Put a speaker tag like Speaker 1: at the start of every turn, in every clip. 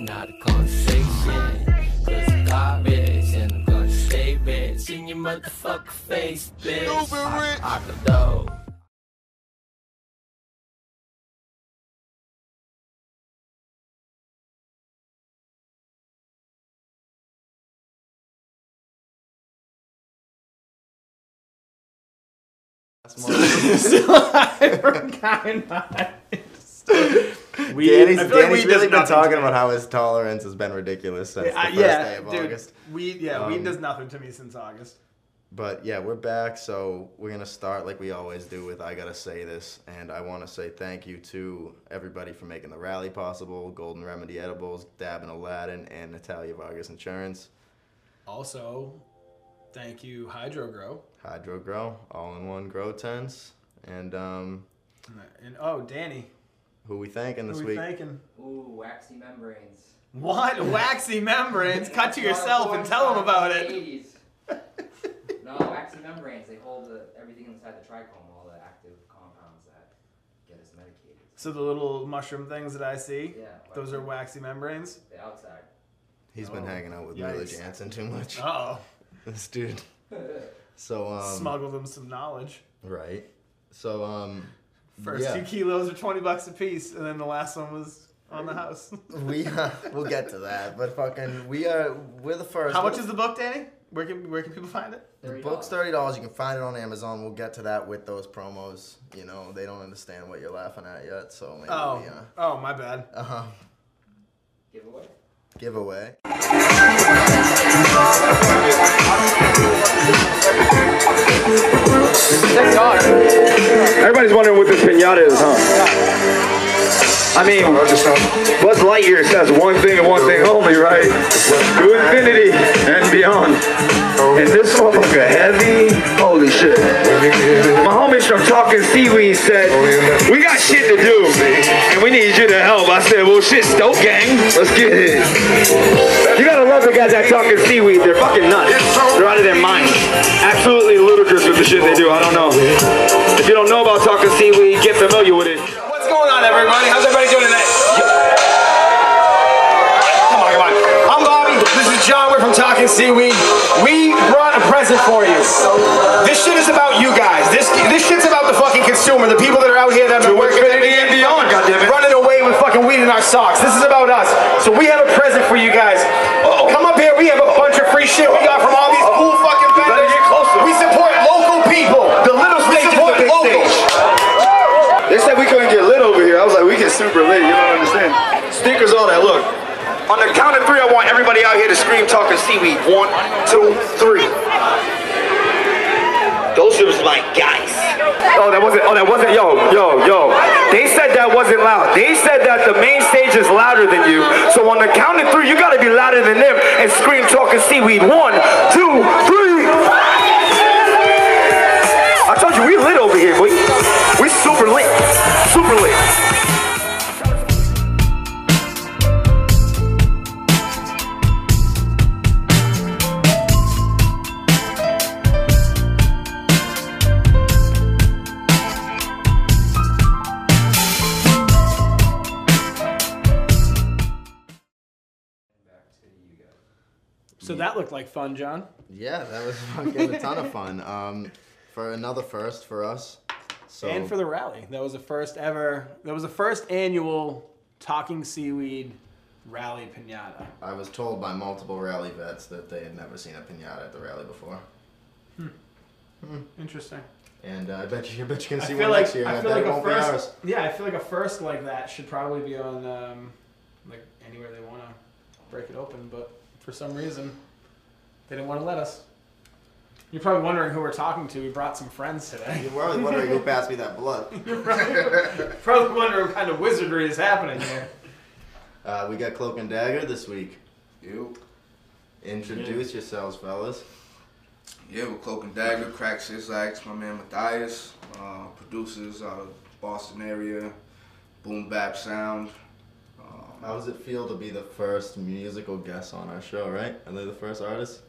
Speaker 1: not gonna say shit. Cause garbage, and I'm gonna stay rich in your motherfucking face, bitch.
Speaker 2: Stupid rich.
Speaker 1: I, I can know.
Speaker 3: We,
Speaker 4: Danny's,
Speaker 3: I feel like we
Speaker 4: Danny's
Speaker 3: does
Speaker 4: really been
Speaker 3: nothing
Speaker 4: talking
Speaker 3: to me.
Speaker 4: about how his tolerance has been ridiculous since
Speaker 3: Yeah,
Speaker 4: the
Speaker 3: I-
Speaker 4: first
Speaker 3: yeah,
Speaker 4: day of
Speaker 3: dude,
Speaker 4: August.
Speaker 3: Weed, yeah, weed
Speaker 4: Um,
Speaker 3: does nothing to me since August.
Speaker 4: But yeah, we're back, so we're gonna start like we always do with I gotta say this, and I want to say thank you to everybody for making the rally possible: Golden Remedy Edibles, Dab and Aladdin, and Natalia Vargas Insurance,
Speaker 3: Also, thank you, Hydro Grow.
Speaker 4: Hydro Grow, all in one grow tents, and um,
Speaker 3: And oh, Danny,
Speaker 4: who we thanking
Speaker 3: who
Speaker 4: this
Speaker 3: we
Speaker 4: week?
Speaker 3: thanking?
Speaker 5: Ooh, waxy membranes.
Speaker 3: What waxy membranes? Cut to yourself and tell them about it.
Speaker 5: 80s. no, waxy membranes. They hold the, everything inside the trichome, all the active compounds that get us medicated.
Speaker 3: So the little mushroom things that I see,
Speaker 5: Yeah.
Speaker 3: those are waxy membranes.
Speaker 5: the outside.
Speaker 4: He's been
Speaker 3: Oh,
Speaker 4: hanging out with Mila
Speaker 3: yikes.
Speaker 4: Jansen too much.
Speaker 3: Uh
Speaker 4: This dude. So
Speaker 3: oh,
Speaker 4: um,
Speaker 3: smuggled them some knowledge.
Speaker 4: right. So um,
Speaker 3: First
Speaker 4: yeah.
Speaker 3: two kilos are twenty bucks a piece, and then the last one was on the house.
Speaker 4: we uh, we'll get to that, but fucking we are we're the first.
Speaker 3: How much is the book, Danny? Where can where can people find it?
Speaker 4: the
Speaker 5: $30.
Speaker 4: book's thirty dollars? You can find it on Amazon. We'll get to that with those promos. You know they don't understand what you're laughing at yet, so maybe
Speaker 3: Oh,
Speaker 4: we, uh,
Speaker 3: oh, my bad.
Speaker 4: uh-huh.
Speaker 5: Giveaway?
Speaker 4: giveaway.
Speaker 6: Everybody's wondering what this pinata is, huh? I mean, Buzz Lightyear says one thing and one thing only, right? To infinity and beyond. And this motherfucker heavy. Holy shit. My homies from Talking Seaweed said, we got shit to do, and we need you to help. I said, well, shit, Stoke Gang, let's get it. You gotta love the guys that Talking Seaweed. They're fucking nuts. They're out of their minds. Absolutely ludicrous with the shit they do. I don't know. If you don't know about Talking Seaweed, get familiar with it.
Speaker 3: What's going on, everybody? How's everybody doing tonight? Come on, come on. I'm Bobby. This is John. We're from Talking Seaweed. We brought a present for you. This shit is about you guys. This this shit's about the fucking consumer, the people that are out here that are working
Speaker 6: infinity and beyond, goddammit.
Speaker 3: running away with fucking weed in our socks. This is about us. So we have a present for you guys. Come up here. We have a bunch of free shit we got from all these cool fucking vendors.
Speaker 6: get closer.
Speaker 3: We support local people.
Speaker 6: The little stage is the
Speaker 3: support
Speaker 6: big
Speaker 3: local.
Speaker 6: stage. They said we couldn't get lit over here. I was like, we get super lit. You don't understand. Stinkers, all that. Look, on the count of three, I want everybody out here to scream talking seaweed. One, two, three. Those are my guys. Oh, that wasn't. Oh, that wasn't. Yo, yo, yo. They said that wasn't loud. They said that the main stage is louder than you. So on the count of three, you gotta be louder than them and scream talking seaweed. One, two, three. I told you we lit over here, boy. We super lit. Super lit.
Speaker 3: So that looked like fun, John.
Speaker 4: Yeah, that was fucking a ton of fun. Um, for another first for us. So
Speaker 3: And for the rally. That was the first ever, that was the first annual Talking Seaweed Rally Pinata.
Speaker 4: I was told by multiple rally vets that they had never seen a pinata at the rally before.
Speaker 3: Interesting.
Speaker 4: And uh, I bet you, I bet you can
Speaker 3: I
Speaker 4: see
Speaker 3: feel
Speaker 4: one
Speaker 3: like,
Speaker 4: next year. and
Speaker 3: I
Speaker 4: I
Speaker 3: feel
Speaker 4: bet
Speaker 3: like
Speaker 4: it
Speaker 3: a
Speaker 4: won't be ours.
Speaker 3: first, yeah, I feel like a first like that should probably be on um, like anywhere they want to break it open, but for some reason they didn't want to let us. You're probably wondering who we're talking to. We brought some friends today.
Speaker 4: You're probably wondering who passed me that blood.
Speaker 3: probably wondering what kind of wizardry is happening here.
Speaker 4: Uh, we got Cloak and Dagger this week. You. Introduce yourselves, fellas.
Speaker 2: Yeah, with Cloak and Dagger, Crack Sizzlax, my man Matthias, uh, producers out of Boston area, Boom Bap Sound. Um,
Speaker 4: How does it feel to be the first musical guest on our show, right? Are they the first artists?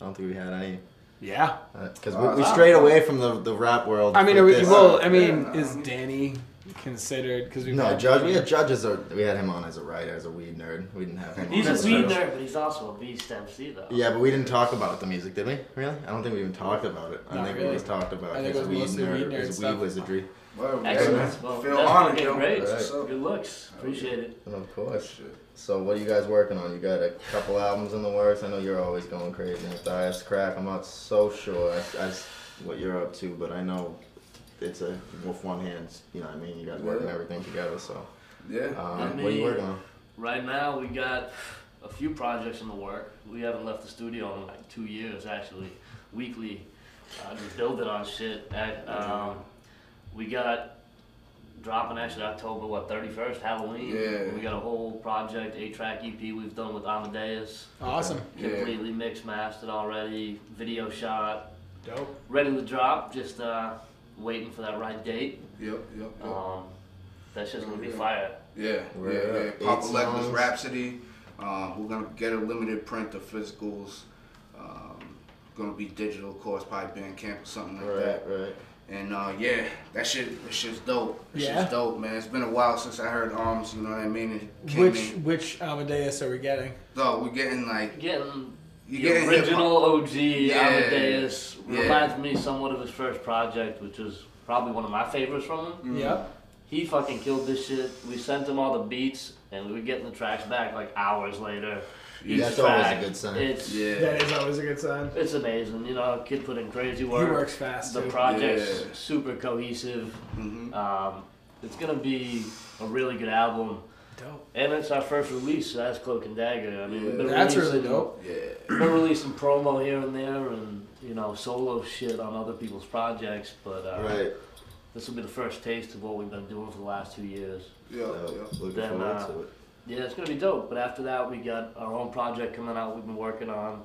Speaker 4: I don't think we had any. Uh,
Speaker 3: Yeah.
Speaker 4: Because we, we strayed away from the, the rap world.
Speaker 3: Uh, I mean, are
Speaker 4: with
Speaker 3: we,
Speaker 4: this.
Speaker 3: well, I mean, is Danny considered because we
Speaker 4: No, judge. We had judges. Are, we had him on as a writer, as a weed nerd. We didn't have him.
Speaker 7: He's
Speaker 4: on
Speaker 7: a
Speaker 4: as
Speaker 7: weed
Speaker 4: judge.
Speaker 7: nerd, but he's also a beast MC though.
Speaker 4: Yeah, but we didn't talk about the music, did we? Really? I don't think we even talked about it. I
Speaker 3: Not
Speaker 4: think we
Speaker 3: really.
Speaker 4: just talked about
Speaker 3: I think
Speaker 4: his
Speaker 3: it was
Speaker 4: weed
Speaker 3: mostly weed
Speaker 4: nerd,
Speaker 3: nerd
Speaker 4: his weed
Speaker 3: stuff.
Speaker 4: wizardry.
Speaker 2: Well,
Speaker 7: Excellent.
Speaker 2: yeah,
Speaker 7: Well,
Speaker 2: Feel
Speaker 7: that's
Speaker 2: honored,
Speaker 7: fucking
Speaker 2: yo.
Speaker 7: great.
Speaker 2: What's up?
Speaker 7: Good looks. Appreciate it.
Speaker 4: Of course. So, what are you guys working on? You got a couple albums in the works. I know you're always going crazy with the ice crack. I'm not so sure as, as what you're up to, but I know it's a with one hand. You know what I mean? You guys working
Speaker 2: Yeah.
Speaker 4: everything together. So,
Speaker 2: Yeah.
Speaker 4: uh, what are you working on?
Speaker 7: Right now, we got a few projects in the work. We haven't left the studio in like two years, actually. Weekly, uh, just building on shit. And, um, we got dropping actually October what 31st, Halloween.
Speaker 2: Yeah.
Speaker 7: We got a whole project, eight track EP we've done with Amadeus,
Speaker 3: Awesome.
Speaker 2: Yeah.
Speaker 7: completely mixed mastered already, video shot,
Speaker 3: Dope.
Speaker 7: ready to drop. Just uh, waiting for that right date.
Speaker 2: Yep, yep, yep.
Speaker 7: Um, that's just gonna be
Speaker 2: Yeah.
Speaker 7: fire.
Speaker 2: Yeah,
Speaker 4: We're
Speaker 2: yeah, yeah.
Speaker 4: at
Speaker 2: Pop
Speaker 4: eight
Speaker 2: Electra's
Speaker 4: songs.
Speaker 2: Rhapsody. Um, we're gonna get a limited print of physicals. Um, gonna be digital, of course, probably Bandcamp or something like that.
Speaker 4: Right, right.
Speaker 2: And uh, yeah, that shit, that shit's dope. That
Speaker 3: Yeah.
Speaker 2: shit's dope, man. It's been a while since I heard Arms. You know what I mean? And it came
Speaker 3: Which
Speaker 2: in.
Speaker 3: which Amadeus are we getting?
Speaker 2: So we're getting like
Speaker 7: Getting the
Speaker 2: you getting
Speaker 7: original OG
Speaker 2: Yeah.
Speaker 7: Amadeus
Speaker 2: Yeah.
Speaker 7: reminds me somewhat of his first project, which is probably one of my favorites from him.
Speaker 2: Mm-hmm.
Speaker 3: Yep.
Speaker 7: He fucking killed this shit. We sent him all the beats, and we were getting the tracks back like hours later. Each
Speaker 4: That's always a
Speaker 7: track,
Speaker 4: good sign.
Speaker 7: It's
Speaker 2: Yeah.
Speaker 3: That is always a good sign.
Speaker 7: it's amazing, you know. Kid put in crazy
Speaker 3: He
Speaker 7: work.
Speaker 3: works fast.
Speaker 7: The
Speaker 3: too.
Speaker 7: project's
Speaker 2: Yeah.
Speaker 7: super cohesive.
Speaker 2: Mhm.
Speaker 7: Um, it's gonna be a really good album,
Speaker 3: Dope.
Speaker 7: and it's our first release. So that's Cloak and Dagger. I mean, we've been
Speaker 3: That's really
Speaker 7: releasing-
Speaker 3: dope.
Speaker 2: Yeah.
Speaker 7: We're releasing promo here and there and, you know, solo shit on other people's projects, but uh,
Speaker 4: Right.
Speaker 7: this will be the first taste of what we've been doing for the last two years.
Speaker 2: Yeah,
Speaker 4: So,
Speaker 2: yeah.
Speaker 4: looking
Speaker 7: Then,
Speaker 4: forward
Speaker 7: uh,
Speaker 4: to it.
Speaker 7: Yeah, it's gonna be dope, but after that, we got our own project coming out we've been working on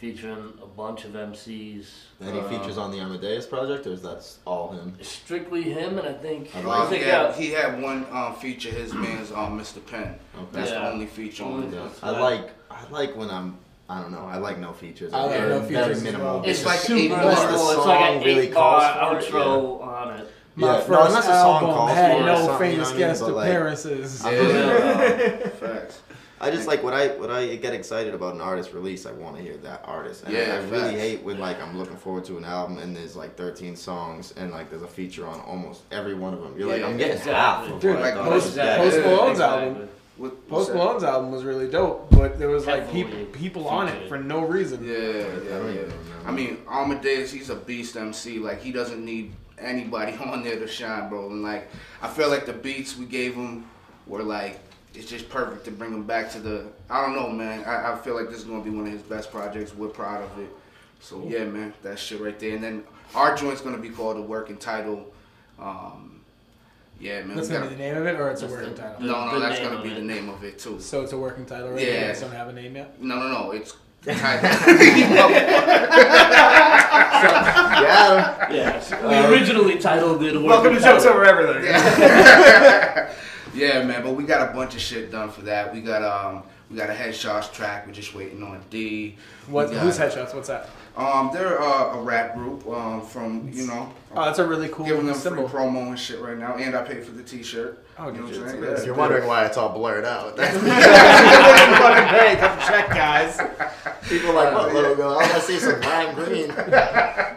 Speaker 7: featuring a bunch of MCs.
Speaker 4: Any
Speaker 7: Uh,
Speaker 4: features on the Amadeus project, or is that all him?
Speaker 7: Strictly him, and I think.
Speaker 4: I
Speaker 2: Well,
Speaker 4: like
Speaker 7: I
Speaker 2: he,
Speaker 7: think
Speaker 2: had,
Speaker 7: uh,
Speaker 2: he had one um, feature. His man's um, Mr. Penn.
Speaker 4: Okay.
Speaker 2: That's
Speaker 7: Yeah.
Speaker 2: the only feature on
Speaker 7: Only-
Speaker 2: it.
Speaker 4: Yeah. I like I like when I'm I don't know I like no features.
Speaker 3: I like
Speaker 4: Or
Speaker 3: no
Speaker 4: very
Speaker 3: features as
Speaker 4: minimal.
Speaker 3: well.
Speaker 7: It's
Speaker 2: It's
Speaker 7: like
Speaker 2: like
Speaker 7: super
Speaker 2: eight
Speaker 7: minimal.
Speaker 2: bars.
Speaker 4: The
Speaker 7: It's
Speaker 4: song
Speaker 7: like an
Speaker 4: really
Speaker 7: eight bar
Speaker 4: calls for it,
Speaker 7: outro on it.
Speaker 3: My
Speaker 4: Yeah, no,
Speaker 3: first
Speaker 4: unless the song
Speaker 3: album
Speaker 4: calls
Speaker 3: had
Speaker 4: for it or
Speaker 3: no
Speaker 4: something, you know what
Speaker 3: famous
Speaker 4: I mean?
Speaker 3: guest
Speaker 4: But, like-
Speaker 3: appearances.
Speaker 2: Yeah. um, facts.
Speaker 4: I just like when I when I get excited about an artist release, I want to hear that artist. And
Speaker 2: Yeah,
Speaker 4: I, I really
Speaker 2: facts.
Speaker 4: hate when like I'm looking forward to an album and there's like 13 songs and like there's a feature on almost every one of them. You're like
Speaker 2: Yeah,
Speaker 4: I'm getting
Speaker 7: exactly.
Speaker 4: half of
Speaker 3: Dude,
Speaker 4: what I
Speaker 2: like,
Speaker 4: thought I
Speaker 3: most-
Speaker 4: was getting.
Speaker 3: Post
Speaker 2: Yeah.
Speaker 3: Malone's
Speaker 7: Exactly.
Speaker 3: album.
Speaker 2: What, what's
Speaker 3: Post
Speaker 2: that?
Speaker 3: Malone's album was really dope, but there was like
Speaker 7: Heavily
Speaker 3: people people on it
Speaker 7: featured.
Speaker 3: for no reason.
Speaker 2: Yeah, yeah,
Speaker 4: don't
Speaker 2: yeah.
Speaker 4: even know.
Speaker 2: I mean, Amadeus, he's a beast MC. Like, he doesn't need anybody on there to shine, bro. And, like, I feel like the beats we gave him were, like, it's just perfect to bring him back to the. I don't know, man. I, I feel like this is going to be one of his best projects. We're proud of it. So, yeah, man, that shit right there. And then our joint's going to be called The Working Title. Um, yeah, man. we
Speaker 3: That's gonna
Speaker 2: gotta-
Speaker 3: be the name of it, or it's a
Speaker 7: That's
Speaker 3: working
Speaker 7: the-
Speaker 3: title.
Speaker 7: the-
Speaker 2: no, no,
Speaker 7: the
Speaker 2: that's
Speaker 7: name
Speaker 2: going
Speaker 7: of
Speaker 2: to be the
Speaker 7: it.
Speaker 2: name of it, too.
Speaker 3: So it's a working title, right? You
Speaker 2: Yeah.
Speaker 3: guys don't have a name yet.
Speaker 2: No, no, no. It's. Title.
Speaker 4: yeah.
Speaker 7: Yes.
Speaker 2: Um,
Speaker 7: We originally titled it. Welcome
Speaker 3: Everything.
Speaker 2: Yeah, man, but we got a bunch of shit done for that. We got um, we got a headshots track. We're just waiting on D. We
Speaker 3: What?
Speaker 2: got-
Speaker 3: Who's headshots? What's that?
Speaker 2: Um, they're uh, a rap group. Um, from you know,
Speaker 3: Oh, that's a really cool
Speaker 2: giving them
Speaker 3: symbol.
Speaker 2: free promo and shit right now, and I paid for the T-shirt.
Speaker 3: Oh,
Speaker 2: you know
Speaker 3: did
Speaker 2: what
Speaker 3: you?
Speaker 2: I'm
Speaker 4: If
Speaker 2: saying?
Speaker 4: you're
Speaker 2: Yeah.
Speaker 4: wondering why it's all blurred out, that's
Speaker 3: fucking hey, come check, guys.
Speaker 4: people like what logo? Oh, I want to see some lime green.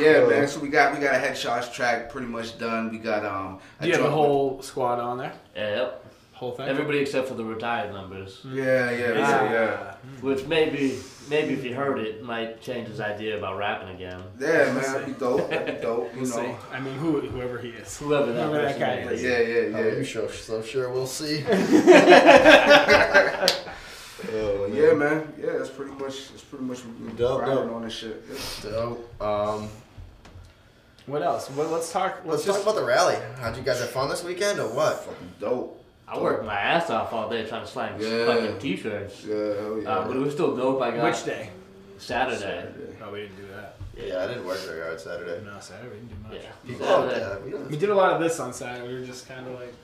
Speaker 2: Yeah, man. So we got we got a headshots track pretty much done. We got um, a
Speaker 3: Do you have the
Speaker 2: joint
Speaker 3: whole squad on there?
Speaker 7: Yep.
Speaker 3: Whole thing.
Speaker 7: Everybody except for the retired members,
Speaker 2: with- Yeah, yeah, yeah, yeah.
Speaker 3: Ah. Mm-hmm.
Speaker 7: which maybe, maybe if he heard it, might change his idea about rapping again.
Speaker 2: Yeah, man. That'd be dope. That'd be dope. You
Speaker 3: We'll
Speaker 2: know.
Speaker 3: see. I mean, who, whoever he is.
Speaker 7: Whoever that,
Speaker 3: Whoever that
Speaker 7: person
Speaker 3: guy
Speaker 7: is.
Speaker 3: is.
Speaker 2: Yeah, yeah, yeah.
Speaker 4: sure? So sure we'll see. Oh,
Speaker 2: Yeah, man. Yeah, that's pretty much. That's pretty much. what we've been
Speaker 4: Dope,
Speaker 2: grinding
Speaker 4: dope.
Speaker 2: on this shit. Yeah.
Speaker 4: Dope. Um,
Speaker 3: What else? Well, let's talk.
Speaker 4: let's talk about the rally. How'd you guys have fun this weekend or what?
Speaker 2: Dope.
Speaker 7: I worked my ass off all day trying to slang
Speaker 2: Yeah.
Speaker 7: fucking t-shirts.
Speaker 2: Yeah, hell yeah.
Speaker 7: Uh, but it was still dope. I got
Speaker 3: Which day?
Speaker 7: Saturday.
Speaker 3: Oh, we didn't do that.
Speaker 4: Yeah, I didn't work very hard Saturday.
Speaker 3: No, Saturday we didn't do much.
Speaker 7: Yeah.
Speaker 4: People,
Speaker 7: Saturday.
Speaker 4: oh, yeah, we
Speaker 3: We
Speaker 4: don't-
Speaker 3: did a lot of this on Saturday. We were just kind of like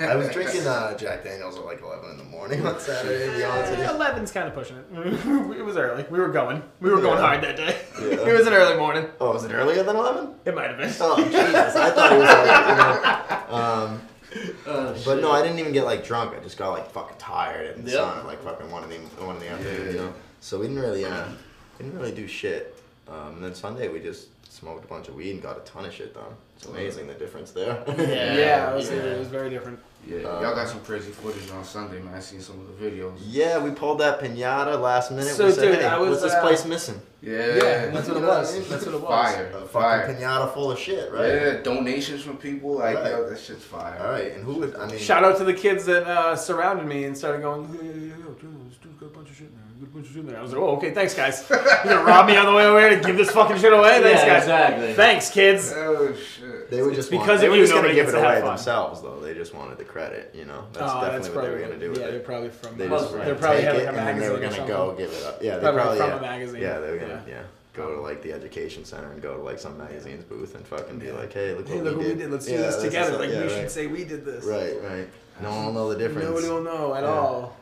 Speaker 4: I was drinking uh, Jack Daniels at like 11 in the morning on Saturday, to be honest with you.
Speaker 3: Eleven's kind of pushing it. it was early. We were going. We were going
Speaker 4: Yeah.
Speaker 3: hard that day.
Speaker 4: Yeah.
Speaker 3: it was an early morning.
Speaker 4: Oh, was it earlier than 11?
Speaker 3: It might have been.
Speaker 4: Oh, Jesus. I thought it was like, you know. Um,
Speaker 7: Oh,
Speaker 4: but
Speaker 7: shit.
Speaker 4: no, I didn't even get like drunk. I just got like fucking tired and the
Speaker 7: Yep.
Speaker 4: sun at like fucking one in the, one in the afternoon, you know? So we didn't really, uh, didn't really do shit. Um, and then Sunday we just smoked a bunch of weed and got a ton of shit done. It's amazing the difference there.
Speaker 7: Yeah.
Speaker 3: Yeah, it was,
Speaker 7: yeah.
Speaker 3: It was very different.
Speaker 2: Yeah, y'all got some crazy footage on Sunday, man. I seen some of the videos.
Speaker 4: Yeah, we pulled that pinata last minute.
Speaker 3: So,
Speaker 4: we said,
Speaker 3: dude,
Speaker 4: hey,
Speaker 3: I was,
Speaker 4: what's this
Speaker 3: uh,
Speaker 4: place missing?
Speaker 2: Yeah,
Speaker 3: that's
Speaker 4: you
Speaker 3: what
Speaker 4: know
Speaker 3: it
Speaker 4: what I
Speaker 3: was.
Speaker 4: mean?
Speaker 3: That's what it was.
Speaker 2: Fire,
Speaker 4: A fucking
Speaker 2: Uh, fire.
Speaker 4: pinata full of shit, right?
Speaker 2: Yeah, donations from people like
Speaker 4: Right.
Speaker 2: yo, that shit's fire.
Speaker 4: All right, and who would I mean?
Speaker 3: Shout out to the kids that uh, surrounded me and started going, hey, hey, hey, yo, dude, this dude's got a bunch of shit in there. He's got a bunch of shit in there. I was like, oh, okay, thanks, guys. You're going to rob me on the way over here to give this fucking shit away? Thanks,
Speaker 7: Yeah,
Speaker 3: guys.
Speaker 7: exactly.
Speaker 3: Thanks, kids.
Speaker 2: Oh shit.
Speaker 4: They were just because want,
Speaker 3: Because of
Speaker 4: they were
Speaker 3: you,
Speaker 4: just gonna
Speaker 3: nobody
Speaker 4: give
Speaker 3: gets
Speaker 4: it
Speaker 3: to have
Speaker 4: away
Speaker 3: fun.
Speaker 4: themselves, though. They just wanted the credit, you know. That's
Speaker 3: Oh,
Speaker 4: definitely what
Speaker 3: that's
Speaker 4: they were
Speaker 3: probably-
Speaker 4: gonna do with
Speaker 3: yeah, they're
Speaker 4: it.
Speaker 3: probably from.
Speaker 4: They
Speaker 3: well,
Speaker 4: just were
Speaker 3: they're
Speaker 4: gonna
Speaker 3: probably
Speaker 4: take
Speaker 3: having
Speaker 4: it,
Speaker 3: a
Speaker 4: and then they
Speaker 3: magazine
Speaker 4: were
Speaker 3: or
Speaker 4: gonna
Speaker 3: something.
Speaker 4: go give it up. Yeah, they
Speaker 3: Probably
Speaker 4: probably
Speaker 3: from
Speaker 4: yeah,
Speaker 3: a magazine.
Speaker 4: Yeah, they were gonna
Speaker 3: Yeah.
Speaker 4: yeah. go to like the education center and go to like some magazine's booth and fucking be like, hey, look
Speaker 3: Hey,
Speaker 4: what
Speaker 3: look
Speaker 4: we
Speaker 3: what
Speaker 4: did.
Speaker 3: we did. Let's do
Speaker 4: Yeah,
Speaker 3: this
Speaker 4: is
Speaker 3: together.
Speaker 4: something-
Speaker 3: Like,
Speaker 4: yeah,
Speaker 3: we
Speaker 4: right.
Speaker 3: should say we did this.
Speaker 4: Right, right. No one will know the difference.
Speaker 3: Nobody will know at
Speaker 4: Yeah.
Speaker 3: all.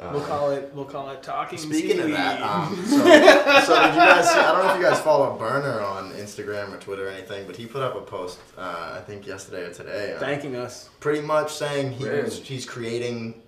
Speaker 3: We'll
Speaker 4: Uh,
Speaker 3: call it. We'll call it talking.
Speaker 4: Speaking of
Speaker 3: seaweed.
Speaker 4: that, um, so, so did you guys? I don't know if you guys follow Burner on Instagram or Twitter or anything, but he put up a post uh, I think yesterday or today, uh,
Speaker 3: thanking us.
Speaker 4: pretty much saying he
Speaker 2: Really?
Speaker 4: was, he's creating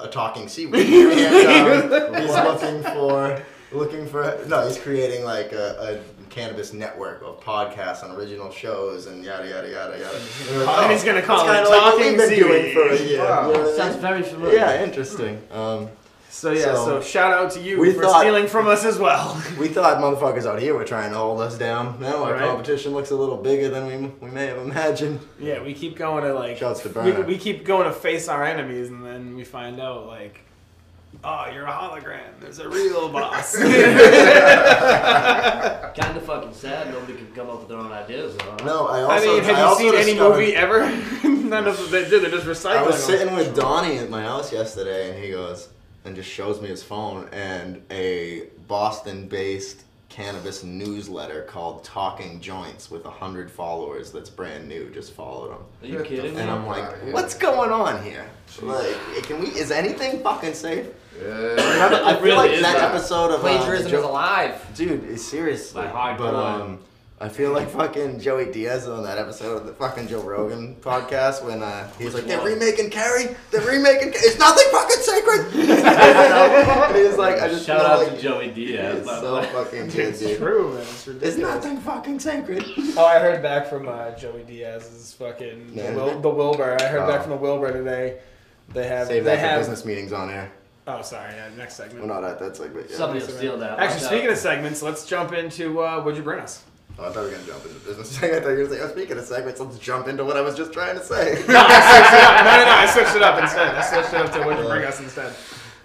Speaker 4: a talking seaweed. and, um, he's looking for looking for no, he's creating like a, a cannabis network of podcasts and original shows and yada yada yada yada. And we're like, oh,
Speaker 3: And he's gonna call
Speaker 4: that's kinda
Speaker 3: it
Speaker 4: like what we've
Speaker 3: talking
Speaker 4: been doing
Speaker 3: seaweed.
Speaker 4: for a year.
Speaker 2: Wow.
Speaker 4: You know what I
Speaker 7: Sounds
Speaker 4: mean?
Speaker 7: very familiar.
Speaker 4: yeah, interesting. Um,
Speaker 3: So yeah.
Speaker 4: so
Speaker 3: So, shout out to you
Speaker 4: we
Speaker 3: for
Speaker 4: thought-
Speaker 3: stealing from us as well.
Speaker 4: We thought motherfuckers out here were trying to hold us down. Now our
Speaker 3: Right.
Speaker 4: competition looks a little bigger than we, we may have imagined.
Speaker 3: yeah, we keep going to like.
Speaker 4: Shouts to
Speaker 3: we,
Speaker 4: Burner.
Speaker 3: we keep going to face our enemies, and then we find out like, oh, you're a hologram. There's a real boss.
Speaker 7: Kind of fucking sad. Nobody can come up with their own ideas. Though, huh?
Speaker 4: No, I
Speaker 3: I
Speaker 4: also.
Speaker 3: mean, have you
Speaker 4: also
Speaker 3: seen any
Speaker 4: discovered-
Speaker 3: movie ever? None of them. They do. They're just recycling.
Speaker 4: I was
Speaker 3: them.
Speaker 4: sitting with Donnie at my house yesterday, and he goes and just shows me his phone and a Boston-based cannabis newsletter called Talking Joints with a hundred followers. That's brand new. Just followed him,
Speaker 7: Are you kidding me?
Speaker 4: and I'm like,
Speaker 2: Outta here.
Speaker 4: what's going on here? Like, can we? Is anything fucking safe?
Speaker 2: Yeah.
Speaker 4: I feel
Speaker 7: really
Speaker 4: like
Speaker 7: is
Speaker 4: that
Speaker 2: that.
Speaker 4: episode of uh, the
Speaker 5: Plagiarism
Speaker 4: Joe-
Speaker 5: is alive.
Speaker 4: Dude, it's seriously.
Speaker 7: Like hardcore.
Speaker 4: But um, I feel like fucking Joey Diaz on that episode of the fucking Joe Rogan podcast when uh, he was like, "They're
Speaker 7: one?
Speaker 4: remaking Carrie. They're remaking. Ca- it's nothing fucking sacred." You know? And he was like, "I just
Speaker 7: Shout
Speaker 4: feel
Speaker 7: out
Speaker 4: like
Speaker 7: to Joey Diaz.
Speaker 4: It's
Speaker 7: by the
Speaker 4: so
Speaker 7: way.
Speaker 4: fucking good,
Speaker 3: It's
Speaker 4: dude.
Speaker 3: true, man. It's ridiculous.
Speaker 4: It's nothing fucking sacred.
Speaker 3: Oh, I heard back from uh, Joey Diaz's fucking the,
Speaker 4: Man.
Speaker 3: Wil- the Wilbur. I heard back
Speaker 4: Oh.
Speaker 3: from the Wilbur today. They have.
Speaker 4: Save
Speaker 3: they
Speaker 4: that for
Speaker 3: have.
Speaker 4: business meetings on air.
Speaker 3: Oh, sorry. Yeah, next segment.
Speaker 4: We're not at that segment yet.
Speaker 7: Somebody will steal that.
Speaker 3: Actually,
Speaker 7: Watch
Speaker 3: speaking
Speaker 7: out.
Speaker 3: of segments, let's jump into uh, what'd you bring us?
Speaker 4: Oh, I thought we were gonna jump into business. I thought you were gonna say, "Oh, speaking of segments, let's jump into what I was just trying to say."
Speaker 3: No, I switched it up. No, no, no. I switched it up instead. I switched it up to what'd you bring us instead.
Speaker 4: I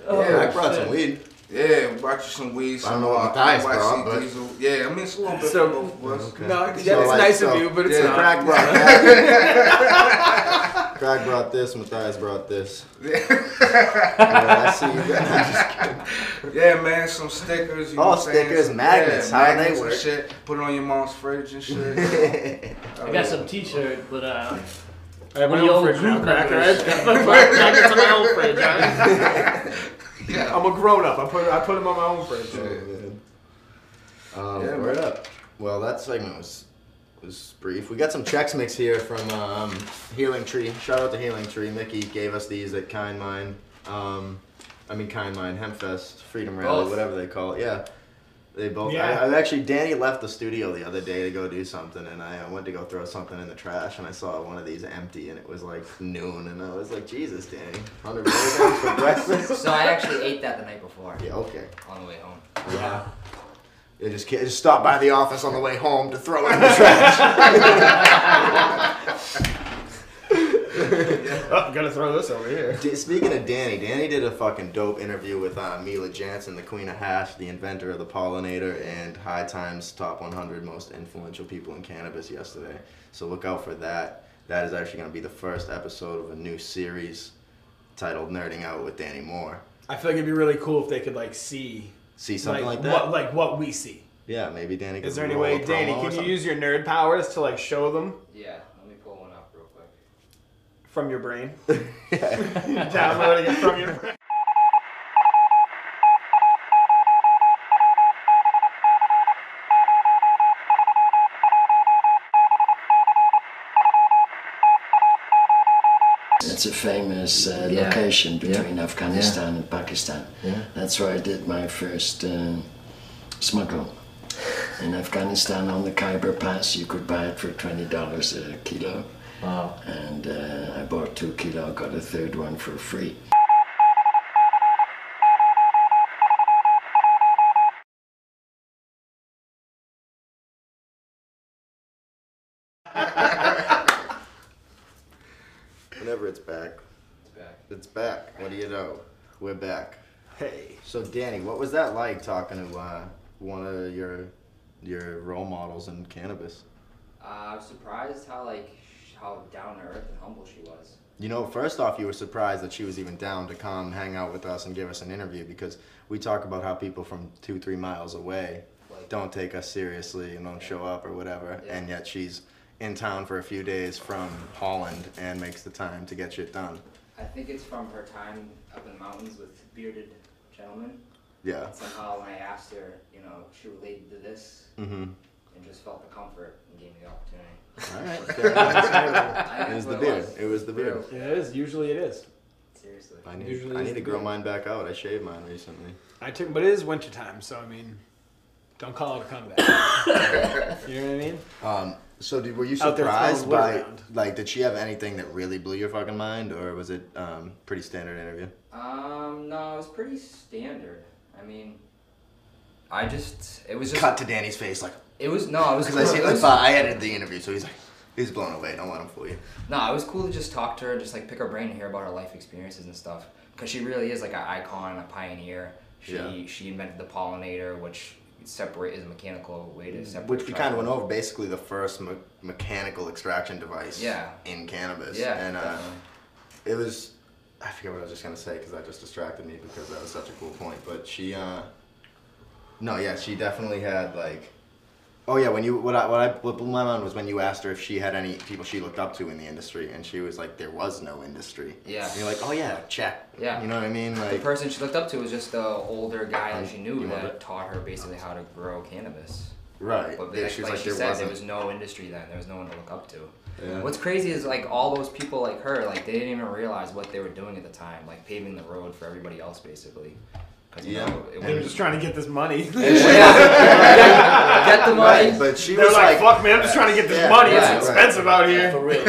Speaker 7: Oh,
Speaker 2: Yeah,
Speaker 4: brought some weed.
Speaker 2: yeah, we brought you some weed.
Speaker 4: I
Speaker 2: Some,
Speaker 4: don't know what
Speaker 2: uh,
Speaker 4: the dice
Speaker 2: NYC
Speaker 4: brought, but-
Speaker 2: diesel. Yeah, I mean it's a little bit
Speaker 3: So-
Speaker 2: for both of us.
Speaker 3: No, yeah,
Speaker 4: So,
Speaker 3: it's
Speaker 4: like,
Speaker 3: nice
Speaker 4: so-
Speaker 3: of you, but it's
Speaker 2: yeah,
Speaker 3: not.
Speaker 4: Crack brought. Crack brought this. Matthias brought this. Yeah, I see you guys.
Speaker 2: Yeah, man, some stickers. You know
Speaker 4: Oh,
Speaker 2: what I'm saying?
Speaker 4: stickers,
Speaker 2: Some-
Speaker 4: magnets, how they
Speaker 2: and
Speaker 4: work.
Speaker 2: shit. Put it on your mom's fridge and shit.
Speaker 7: I got some T-shirt, but uh,
Speaker 3: I have my
Speaker 7: The
Speaker 3: own
Speaker 7: old
Speaker 3: fridge now,
Speaker 7: group
Speaker 3: crack.
Speaker 7: members.
Speaker 3: alright? Got my fucking jackets on my own fridge. alright?
Speaker 2: Yeah.
Speaker 3: I'm a grown up. I put I put them on my own fridge.
Speaker 4: Um,
Speaker 2: Yeah,
Speaker 4: word
Speaker 2: man.
Speaker 4: up. Well, that segment was was brief. We got some checks mix here from um, Healing Tree. Shout out to Healing Tree. Mickey gave us these at Kind Mine. Um, I mean Kind Mine Hempfest Freedom Rally,
Speaker 7: Both.
Speaker 4: whatever they call it. Yeah. They both.
Speaker 3: Yeah.
Speaker 4: I, I actually, Danny left the studio the other day to go do something, and I uh, went to go throw something in the trash, and I saw one of these empty, and it was like noon, and I was like, Jesus, Danny, hundred milligrams for breakfast.
Speaker 5: So I actually ate that the night before
Speaker 4: Yeah. Okay.
Speaker 5: on the way home.
Speaker 4: Yeah. They just, ca- just stopped by the office on the way home to throw it in the trash.
Speaker 3: Oh, gotta throw this over here.
Speaker 4: D- Speaking of Danny, Danny did a fucking dope interview with uh, Mila Jansen, the queen of hash, the inventor of the pollinator, and High Times top 100 most influential people in cannabis yesterday. So look out for that. That is actually going to be the first episode of a new series titled Nerding Out with Danny Moore.
Speaker 3: I feel like it'd be really cool if they could like see
Speaker 4: See something like, that?
Speaker 3: what like what we see.
Speaker 4: yeah, maybe Danny could
Speaker 3: Is there any
Speaker 4: roll a
Speaker 3: way, Danny?
Speaker 4: promo or
Speaker 3: Can you
Speaker 4: something.
Speaker 3: use your nerd powers to like show them?
Speaker 5: Yeah, let me pull one up real quick.
Speaker 3: from your brain. Downloading it from your brain.
Speaker 8: It's a famous uh,
Speaker 5: Yeah.
Speaker 8: location
Speaker 5: Yeah.
Speaker 8: between Afghanistan and Pakistan. That's where I did my first uh, smuggling. In Afghanistan, on the Khyber Pass, you could buy it for twenty dollars a kilo. Wow! And uh, I bought two kilo, got a third one for free.
Speaker 4: Whenever it's back, it's back. What do you know? We're back.
Speaker 3: Hey.
Speaker 4: So Danny, what was that like talking to uh, one of your your role models in cannabis?
Speaker 5: Uh, I was surprised how like sh- how down to earth and humble she was.
Speaker 4: You know, first off, you were surprised that she was even down to come hang out with us and give us an interview because we talk about how people from two, three miles away
Speaker 5: Like-
Speaker 4: don't take us seriously and don't show up or whatever,
Speaker 5: Yeah.
Speaker 4: and yet she's in town for a few days from Holland and makes the time to get shit done.
Speaker 5: I think it's from her time up in the mountains with bearded gentlemen.
Speaker 4: Yeah.
Speaker 5: Somehow when I asked her, you know, she related to this
Speaker 4: Mm-hmm.
Speaker 5: and just felt the comfort and gave me the opportunity.
Speaker 4: All right. fair enough.
Speaker 5: I
Speaker 4: it was the
Speaker 5: what
Speaker 4: beard. It was the beard.
Speaker 5: Real.
Speaker 3: It is. Usually it is.
Speaker 5: Seriously.
Speaker 4: I need.
Speaker 3: Usually
Speaker 4: I
Speaker 3: it's
Speaker 4: need to
Speaker 3: the
Speaker 4: grow
Speaker 3: beard.
Speaker 4: mine back out. I shaved mine recently.
Speaker 3: I took, but it is wintertime, so I mean, don't call it a comeback. you know what I mean?
Speaker 4: Um, so did, were you
Speaker 3: Out there
Speaker 4: surprised
Speaker 3: throwing wood
Speaker 4: by
Speaker 3: around.
Speaker 4: like did she have anything that really blew your fucking mind or was it um, pretty standard interview?
Speaker 5: Um, no, it was pretty standard. I mean, I just it was just
Speaker 4: Cut to Danny's face like
Speaker 5: it was no, it was
Speaker 4: because I see
Speaker 5: it
Speaker 4: like
Speaker 5: was-
Speaker 4: "Bah, I edited the interview so he's like he's blown away. Don't let him fool you.
Speaker 5: No, it was cool to just talk to her, just like pick her brain and hear about her life experiences and stuff. Because she really is like an icon, a pioneer. She
Speaker 4: Yeah.
Speaker 5: she invented the pollinator, which separate is a mechanical way to separate.
Speaker 4: Mm, Which we kind of
Speaker 5: tribal-
Speaker 4: went over basically the first me- mechanical extraction device
Speaker 5: Yeah.
Speaker 4: in cannabis.
Speaker 5: Yeah,
Speaker 4: and uh,
Speaker 5: definitely.
Speaker 4: it was I forget what I was just gonna say because that just distracted me because that was such a cool point. But she, uh, no, yeah, she definitely had like, oh yeah, when you what I what I what blew my mind was when you asked her if she had any people she looked up to in the industry, and she was like, there was no industry.
Speaker 5: Yeah.
Speaker 4: And you're like, oh yeah, check.
Speaker 5: Yeah.
Speaker 4: You know what I mean?
Speaker 5: the
Speaker 4: Like,
Speaker 5: person she looked up to was just the older guy that she knew
Speaker 4: You want
Speaker 5: that
Speaker 4: it?
Speaker 5: taught her basically how to grow cannabis.
Speaker 4: right?
Speaker 5: But
Speaker 4: yeah,
Speaker 5: like,
Speaker 4: she was
Speaker 5: like
Speaker 4: like,
Speaker 5: she
Speaker 4: there
Speaker 5: said, there
Speaker 4: wasn't.
Speaker 5: was no industry then. There was no one to look up to.
Speaker 4: Yeah.
Speaker 5: What's crazy is like all those people like her, like they didn't even realize what they were doing at the time, like paving the road for everybody else basically. 'Cause, you
Speaker 4: Yeah.
Speaker 5: know, it-
Speaker 3: They're just trying to get this money.
Speaker 5: get the money.
Speaker 4: Right, but she
Speaker 3: They're
Speaker 4: was
Speaker 3: like,
Speaker 4: like,
Speaker 3: fuck, man, I'm just trying to get this
Speaker 4: Yeah,
Speaker 3: money. it's
Speaker 4: right, right.
Speaker 3: expensive out here.
Speaker 8: For real.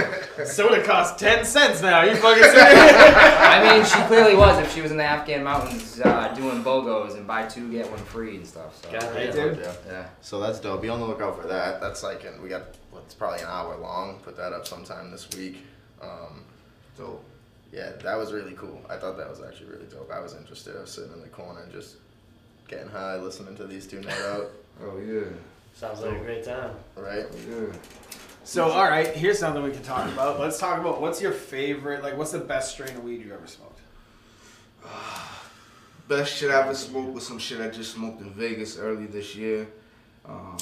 Speaker 3: Soda costs 10 cents now. Are you fucking serious?
Speaker 5: I mean, she clearly was. If she was in the Afghan mountains uh, doing bogos and buy two get one free and stuff. So.
Speaker 3: God,
Speaker 4: Yeah,
Speaker 3: right, dude.
Speaker 4: yeah.
Speaker 5: Yeah.
Speaker 4: So that's dope. Be on the lookout for that. That's like, and we got what's probably an hour long. Put that up sometime this week. Um, so, yeah, that was really cool. I thought that was actually really dope. I was interested. I was sitting in the corner just getting high, listening to these two nerd out.
Speaker 5: Oh yeah.
Speaker 7: Sounds like a great time.
Speaker 4: Right?
Speaker 2: oh,
Speaker 3: So, all right, here's something we can talk about. Let's talk about what's your favorite, like, what's the best strain of weed you've ever smoked?
Speaker 2: Best shit I ever smoked was some shit I just smoked in Vegas early this year. Um,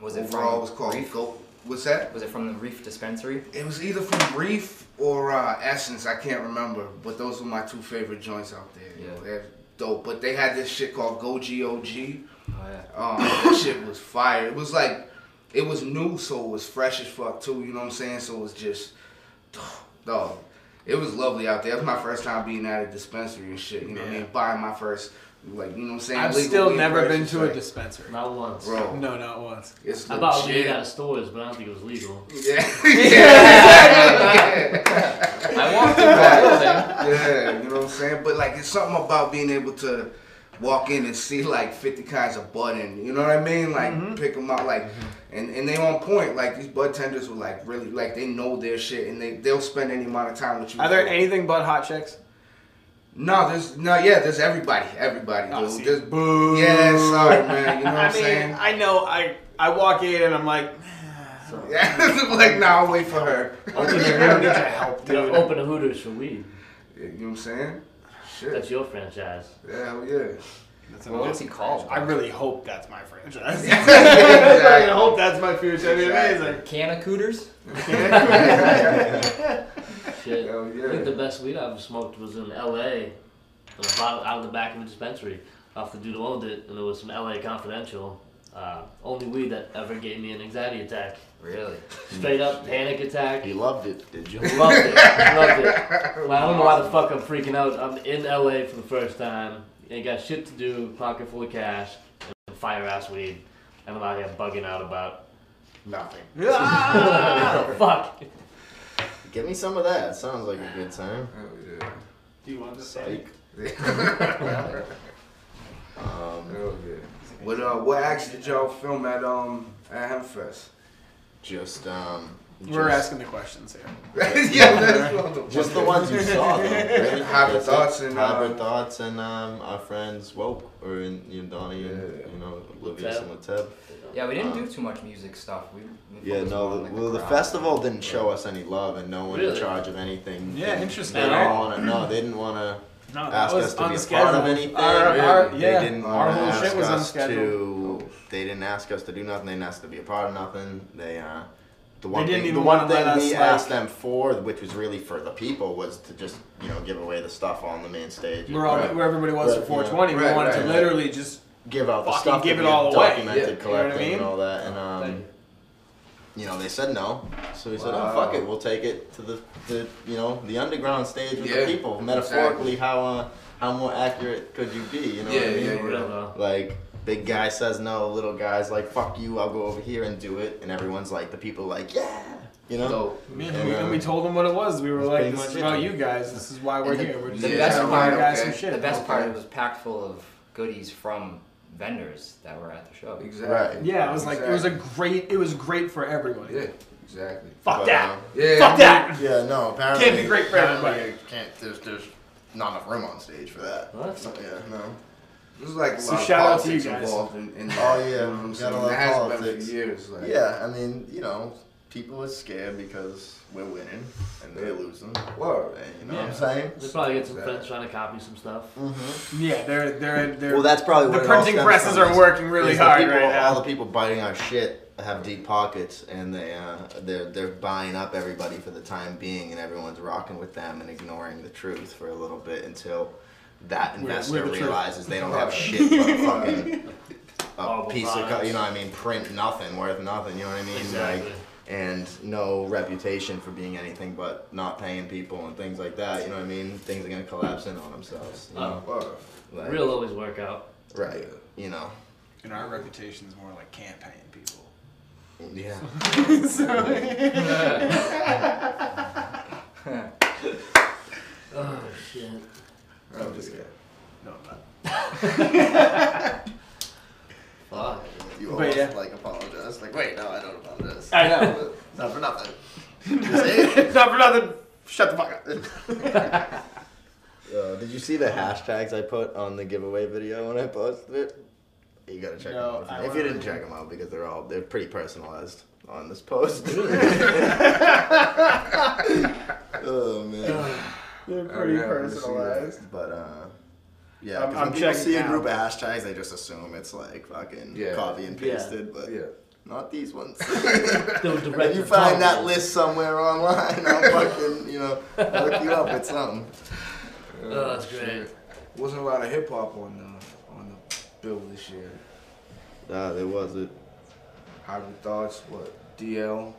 Speaker 5: Was it
Speaker 2: overall,
Speaker 5: from
Speaker 2: it was called
Speaker 5: Reef?
Speaker 2: Go- What's that?
Speaker 5: Was it from the Reef Dispensary?
Speaker 2: It was either from Reef or uh, Essence. I can't remember, but those were my two favorite joints out there. You know,
Speaker 5: Yeah.
Speaker 2: They're dope. But they had this shit called Goji OG.
Speaker 5: Oh yeah.
Speaker 2: Um, that shit was fire. It was like, it was new, so it was fresh as fuck too. You know what I'm saying? So it was just, dog. It was lovely out there. It was my first time being at a dispensary and shit. You know what I mean? Buying my first, like, you know what I'm saying?
Speaker 3: I've
Speaker 2: legal
Speaker 3: still
Speaker 2: weed
Speaker 3: never
Speaker 2: purchase,
Speaker 3: been to a
Speaker 2: like,
Speaker 3: dispensary.
Speaker 7: Not once.
Speaker 2: Bro,
Speaker 3: No, not once.
Speaker 2: it's
Speaker 7: I bought weed
Speaker 2: legit.
Speaker 7: out of stores, but I don't think it was legal.
Speaker 2: Yeah. yeah.
Speaker 5: I walked through that building.
Speaker 2: Yeah, you know what I'm saying? But like it's something about being able to walk in and see like 50 kinds of bud in, you know what I mean? Like pick 'em
Speaker 3: Mm-hmm.
Speaker 2: pick them out like and and they on point like these bud tenders were like really like they know their shit and they they'll spend any amount of time with you.
Speaker 3: Are there anything but hot chicks?
Speaker 2: No, there's no yeah, there's everybody, everybody.
Speaker 3: Oh,
Speaker 2: dude.
Speaker 3: see.
Speaker 2: There's boo. Yeah, sorry man, you know what
Speaker 3: I
Speaker 2: I'm
Speaker 3: mean,
Speaker 2: saying?
Speaker 3: I know. I I walk in and I'm like,
Speaker 2: Yeah, like nah, I'll wait for her.
Speaker 7: Open
Speaker 3: I
Speaker 7: the,
Speaker 3: don't need your help,
Speaker 7: you
Speaker 3: dude.
Speaker 7: know, open the Hooters for weed.
Speaker 2: You know what I'm saying?
Speaker 7: That's
Speaker 2: Shit.
Speaker 7: your franchise.
Speaker 2: Yeah, hell yeah.
Speaker 5: Well, what's he called?
Speaker 3: I really hope that's my franchise. I really
Speaker 2: Exactly.
Speaker 3: hope that's my future. It'd be amazing.
Speaker 5: Can of cooters?
Speaker 7: shit.
Speaker 9: Hell
Speaker 7: I think
Speaker 9: yeah.
Speaker 7: the best weed I ever smoked was in L.A. in a bottle out of the back of a dispensary. Off the dude who owned it, and it was some L.A. Confidential. Uh, only weed that ever gave me an anxiety attack.
Speaker 5: Really?
Speaker 7: Straight up panic attack.
Speaker 10: You loved it, did you?
Speaker 7: Loved it. Loved it. Well, I don't know why the fuck I'm freaking out. I'm in LA for the first time. Ain't got shit to do. Pocket full of cash. And fire ass weed. And I'm out here bugging out about
Speaker 10: Nothing.
Speaker 7: ah, fuck.
Speaker 4: Give me some of that. Sounds like a good time.
Speaker 9: Hell yeah.
Speaker 3: Do you want to say?
Speaker 4: Psych.
Speaker 9: Hell yeah.
Speaker 2: What uh, what acts did y'all film at um at Hemfest?
Speaker 4: Just um.
Speaker 3: We're
Speaker 4: just,
Speaker 3: asking the questions here.
Speaker 2: yeah, that's what the
Speaker 4: Just the ones you saw, though. Really.
Speaker 2: Hybrid
Speaker 4: That's it.
Speaker 2: Thoughts and, uh,
Speaker 4: Hybrid Thoughts and um, our friends Wope or in you know, Donnie and
Speaker 9: Yeah.
Speaker 4: you know Oblivious and Lateb.
Speaker 5: Yeah, we didn't do too much music stuff. We, we
Speaker 4: Uh-huh. Yeah,
Speaker 5: focused more
Speaker 4: no.
Speaker 5: on,
Speaker 4: The,
Speaker 5: like,
Speaker 4: well, the
Speaker 5: crowd.
Speaker 4: festival didn't show us any love, and no one in
Speaker 7: Really?
Speaker 4: charge of anything.
Speaker 3: Yeah,
Speaker 4: didn't-
Speaker 3: interesting,
Speaker 4: They
Speaker 3: right?
Speaker 4: don't want to. No, they didn't want to.
Speaker 3: No,
Speaker 4: ask us to be a part of anything.
Speaker 3: Our, our,
Speaker 4: They
Speaker 3: yeah,
Speaker 4: didn't
Speaker 3: our
Speaker 4: want to
Speaker 3: whole
Speaker 4: ask
Speaker 3: shit was
Speaker 4: us
Speaker 3: unscheduled.
Speaker 4: to. They didn't ask us to do nothing. They didn't ask us to be a part of nothing. They uh, the one
Speaker 3: didn't
Speaker 4: thing,
Speaker 3: even
Speaker 4: the one
Speaker 3: wanna let
Speaker 4: thing we
Speaker 3: us, like-
Speaker 4: asked them for, which was really for the people, was to just you know give away the stuff on the main stage.
Speaker 3: We're all
Speaker 4: Right.
Speaker 3: where everybody was
Speaker 4: Right,
Speaker 3: for
Speaker 4: yeah.
Speaker 3: 420. we
Speaker 2: Right,
Speaker 3: wanted
Speaker 2: right,
Speaker 3: to
Speaker 2: right.
Speaker 3: literally just
Speaker 4: give out the
Speaker 3: Fucking
Speaker 4: stuff,
Speaker 3: give
Speaker 4: that
Speaker 3: it
Speaker 4: we
Speaker 3: all away.
Speaker 4: documented,
Speaker 3: You
Speaker 2: Yeah.
Speaker 3: know what I
Speaker 4: collected,
Speaker 3: mean?
Speaker 4: and all that, and
Speaker 5: Thank
Speaker 4: um,
Speaker 5: you.
Speaker 4: you know they said no, so we said,
Speaker 2: Wow.
Speaker 4: oh fuck it, we'll take it to the, the you know the underground stage with
Speaker 2: Yeah,
Speaker 4: the people. Metaphorically, how uh, how more accurate could you be? You know what I
Speaker 2: Yeah,
Speaker 4: mean?
Speaker 2: yeah,
Speaker 7: For real though.
Speaker 4: Like big guy says no, little guy's like fuck you, I'll go over here and do it, and everyone's like the people like yeah, you know.
Speaker 2: So,
Speaker 3: Man,
Speaker 4: Yeah.
Speaker 3: we, and we told them what it was. We were
Speaker 4: That's
Speaker 3: like,
Speaker 4: pretty
Speaker 3: "This is
Speaker 4: much it.
Speaker 3: about you guys. This is why we're
Speaker 4: And the-
Speaker 3: here. We're just
Speaker 2: the
Speaker 3: trying
Speaker 2: best
Speaker 3: to give
Speaker 2: part-
Speaker 3: you guys
Speaker 2: okay.
Speaker 3: some shit."
Speaker 5: The best
Speaker 2: Okay.
Speaker 5: part, it was packed full of goodies from vendors that were at the show.
Speaker 4: Right.
Speaker 2: exactly.
Speaker 3: Yeah, it was like it was a
Speaker 2: Exactly.
Speaker 3: great. It was great for everybody.
Speaker 2: yeah, exactly. uh,
Speaker 3: Fuck
Speaker 4: But,
Speaker 3: that.
Speaker 4: um,
Speaker 2: Yeah,
Speaker 3: Fuck that.
Speaker 4: yeah, no. Apparently,
Speaker 3: Can't be great for
Speaker 4: apparently
Speaker 3: everybody.
Speaker 4: you Can't. There's there's not enough room on stage for that. So, yeah, no.
Speaker 2: It was like a
Speaker 3: So
Speaker 2: lot
Speaker 3: shout out
Speaker 2: of
Speaker 3: to
Speaker 2: politics
Speaker 3: you guys.
Speaker 2: involved in, in
Speaker 4: Oh,
Speaker 2: that,
Speaker 4: yeah,
Speaker 2: you know what I'm
Speaker 4: got
Speaker 2: saying?
Speaker 4: a lot
Speaker 2: It
Speaker 4: of
Speaker 2: has been
Speaker 4: politics.
Speaker 2: for years. Like,
Speaker 4: Yeah, I mean, you know, people are scared because we're winning and they're losing.
Speaker 2: Word.
Speaker 4: And, you know
Speaker 3: Yeah.
Speaker 4: what I'm saying?
Speaker 7: They probably get some friends trying to copy some stuff.
Speaker 4: Mm.
Speaker 3: Yeah, they're they're they're.
Speaker 4: Well, that's probably
Speaker 3: the
Speaker 4: what it all
Speaker 3: printing
Speaker 4: stems
Speaker 3: presses
Speaker 4: from
Speaker 3: are
Speaker 4: is-
Speaker 3: working really
Speaker 4: is the
Speaker 3: hard
Speaker 4: people-
Speaker 3: right
Speaker 4: All the
Speaker 3: now.
Speaker 4: people biting our shit have deep pockets, and they uh, they're they're buying up everybody for the time being, and everyone's rocking with them and ignoring the truth for a little bit until that
Speaker 3: we're
Speaker 4: investor
Speaker 3: the truth.
Speaker 4: realizes they don't have shit but a fucking a
Speaker 7: Horrible
Speaker 4: piece of co-
Speaker 7: products.
Speaker 4: you know what I mean print nothing worth nothing you know what I mean
Speaker 7: Exactly.
Speaker 4: like and no reputation for being anything but not paying people and things like that you know what I mean things are gonna collapse in on themselves you know
Speaker 2: Word.
Speaker 4: like,
Speaker 7: Real always work out.
Speaker 4: right you know
Speaker 3: And our reputation's more like campaign people.
Speaker 4: yeah.
Speaker 7: Oh shit.
Speaker 3: I'm just kidding. No, I'm not.
Speaker 7: Fuck.
Speaker 4: You
Speaker 3: But
Speaker 4: almost
Speaker 3: yeah.
Speaker 4: like apologize. Like, wait, no, I don't apologize.
Speaker 3: I know.
Speaker 4: Not for nothing. Just say it.
Speaker 3: Not for nothing. Shut the fuck up.
Speaker 4: Uh, did you see the hashtags I put on the giveaway video when I posted it? You gotta check
Speaker 3: No,
Speaker 4: them
Speaker 3: I
Speaker 4: out. If you
Speaker 3: wanna-
Speaker 4: didn't check them out, because they're all they're pretty personalized on this post. oh man. Oh,
Speaker 3: They're pretty
Speaker 2: haven't seen that.
Speaker 3: personalized.
Speaker 4: But uh. Yeah,
Speaker 3: I'm-
Speaker 4: 'cause
Speaker 3: I'm
Speaker 4: when people
Speaker 3: checking
Speaker 4: see a
Speaker 3: now.
Speaker 4: group of hashtags, they just assume it's like fucking
Speaker 2: Yeah.
Speaker 4: copy and
Speaker 7: Yeah.
Speaker 4: pasted, but
Speaker 2: Yeah.
Speaker 4: not these ones.
Speaker 7: They were
Speaker 4: And
Speaker 7: direct
Speaker 4: you
Speaker 7: and
Speaker 4: find that
Speaker 7: targeted.
Speaker 4: list somewhere online, I'll fucking, you know, look you up at something.
Speaker 7: Oh, that's great.
Speaker 2: Wasn't a lot of hip hop on the on the bill this year.
Speaker 4: Nah, there wasn't.
Speaker 2: Hybrid Thoughts, what DL?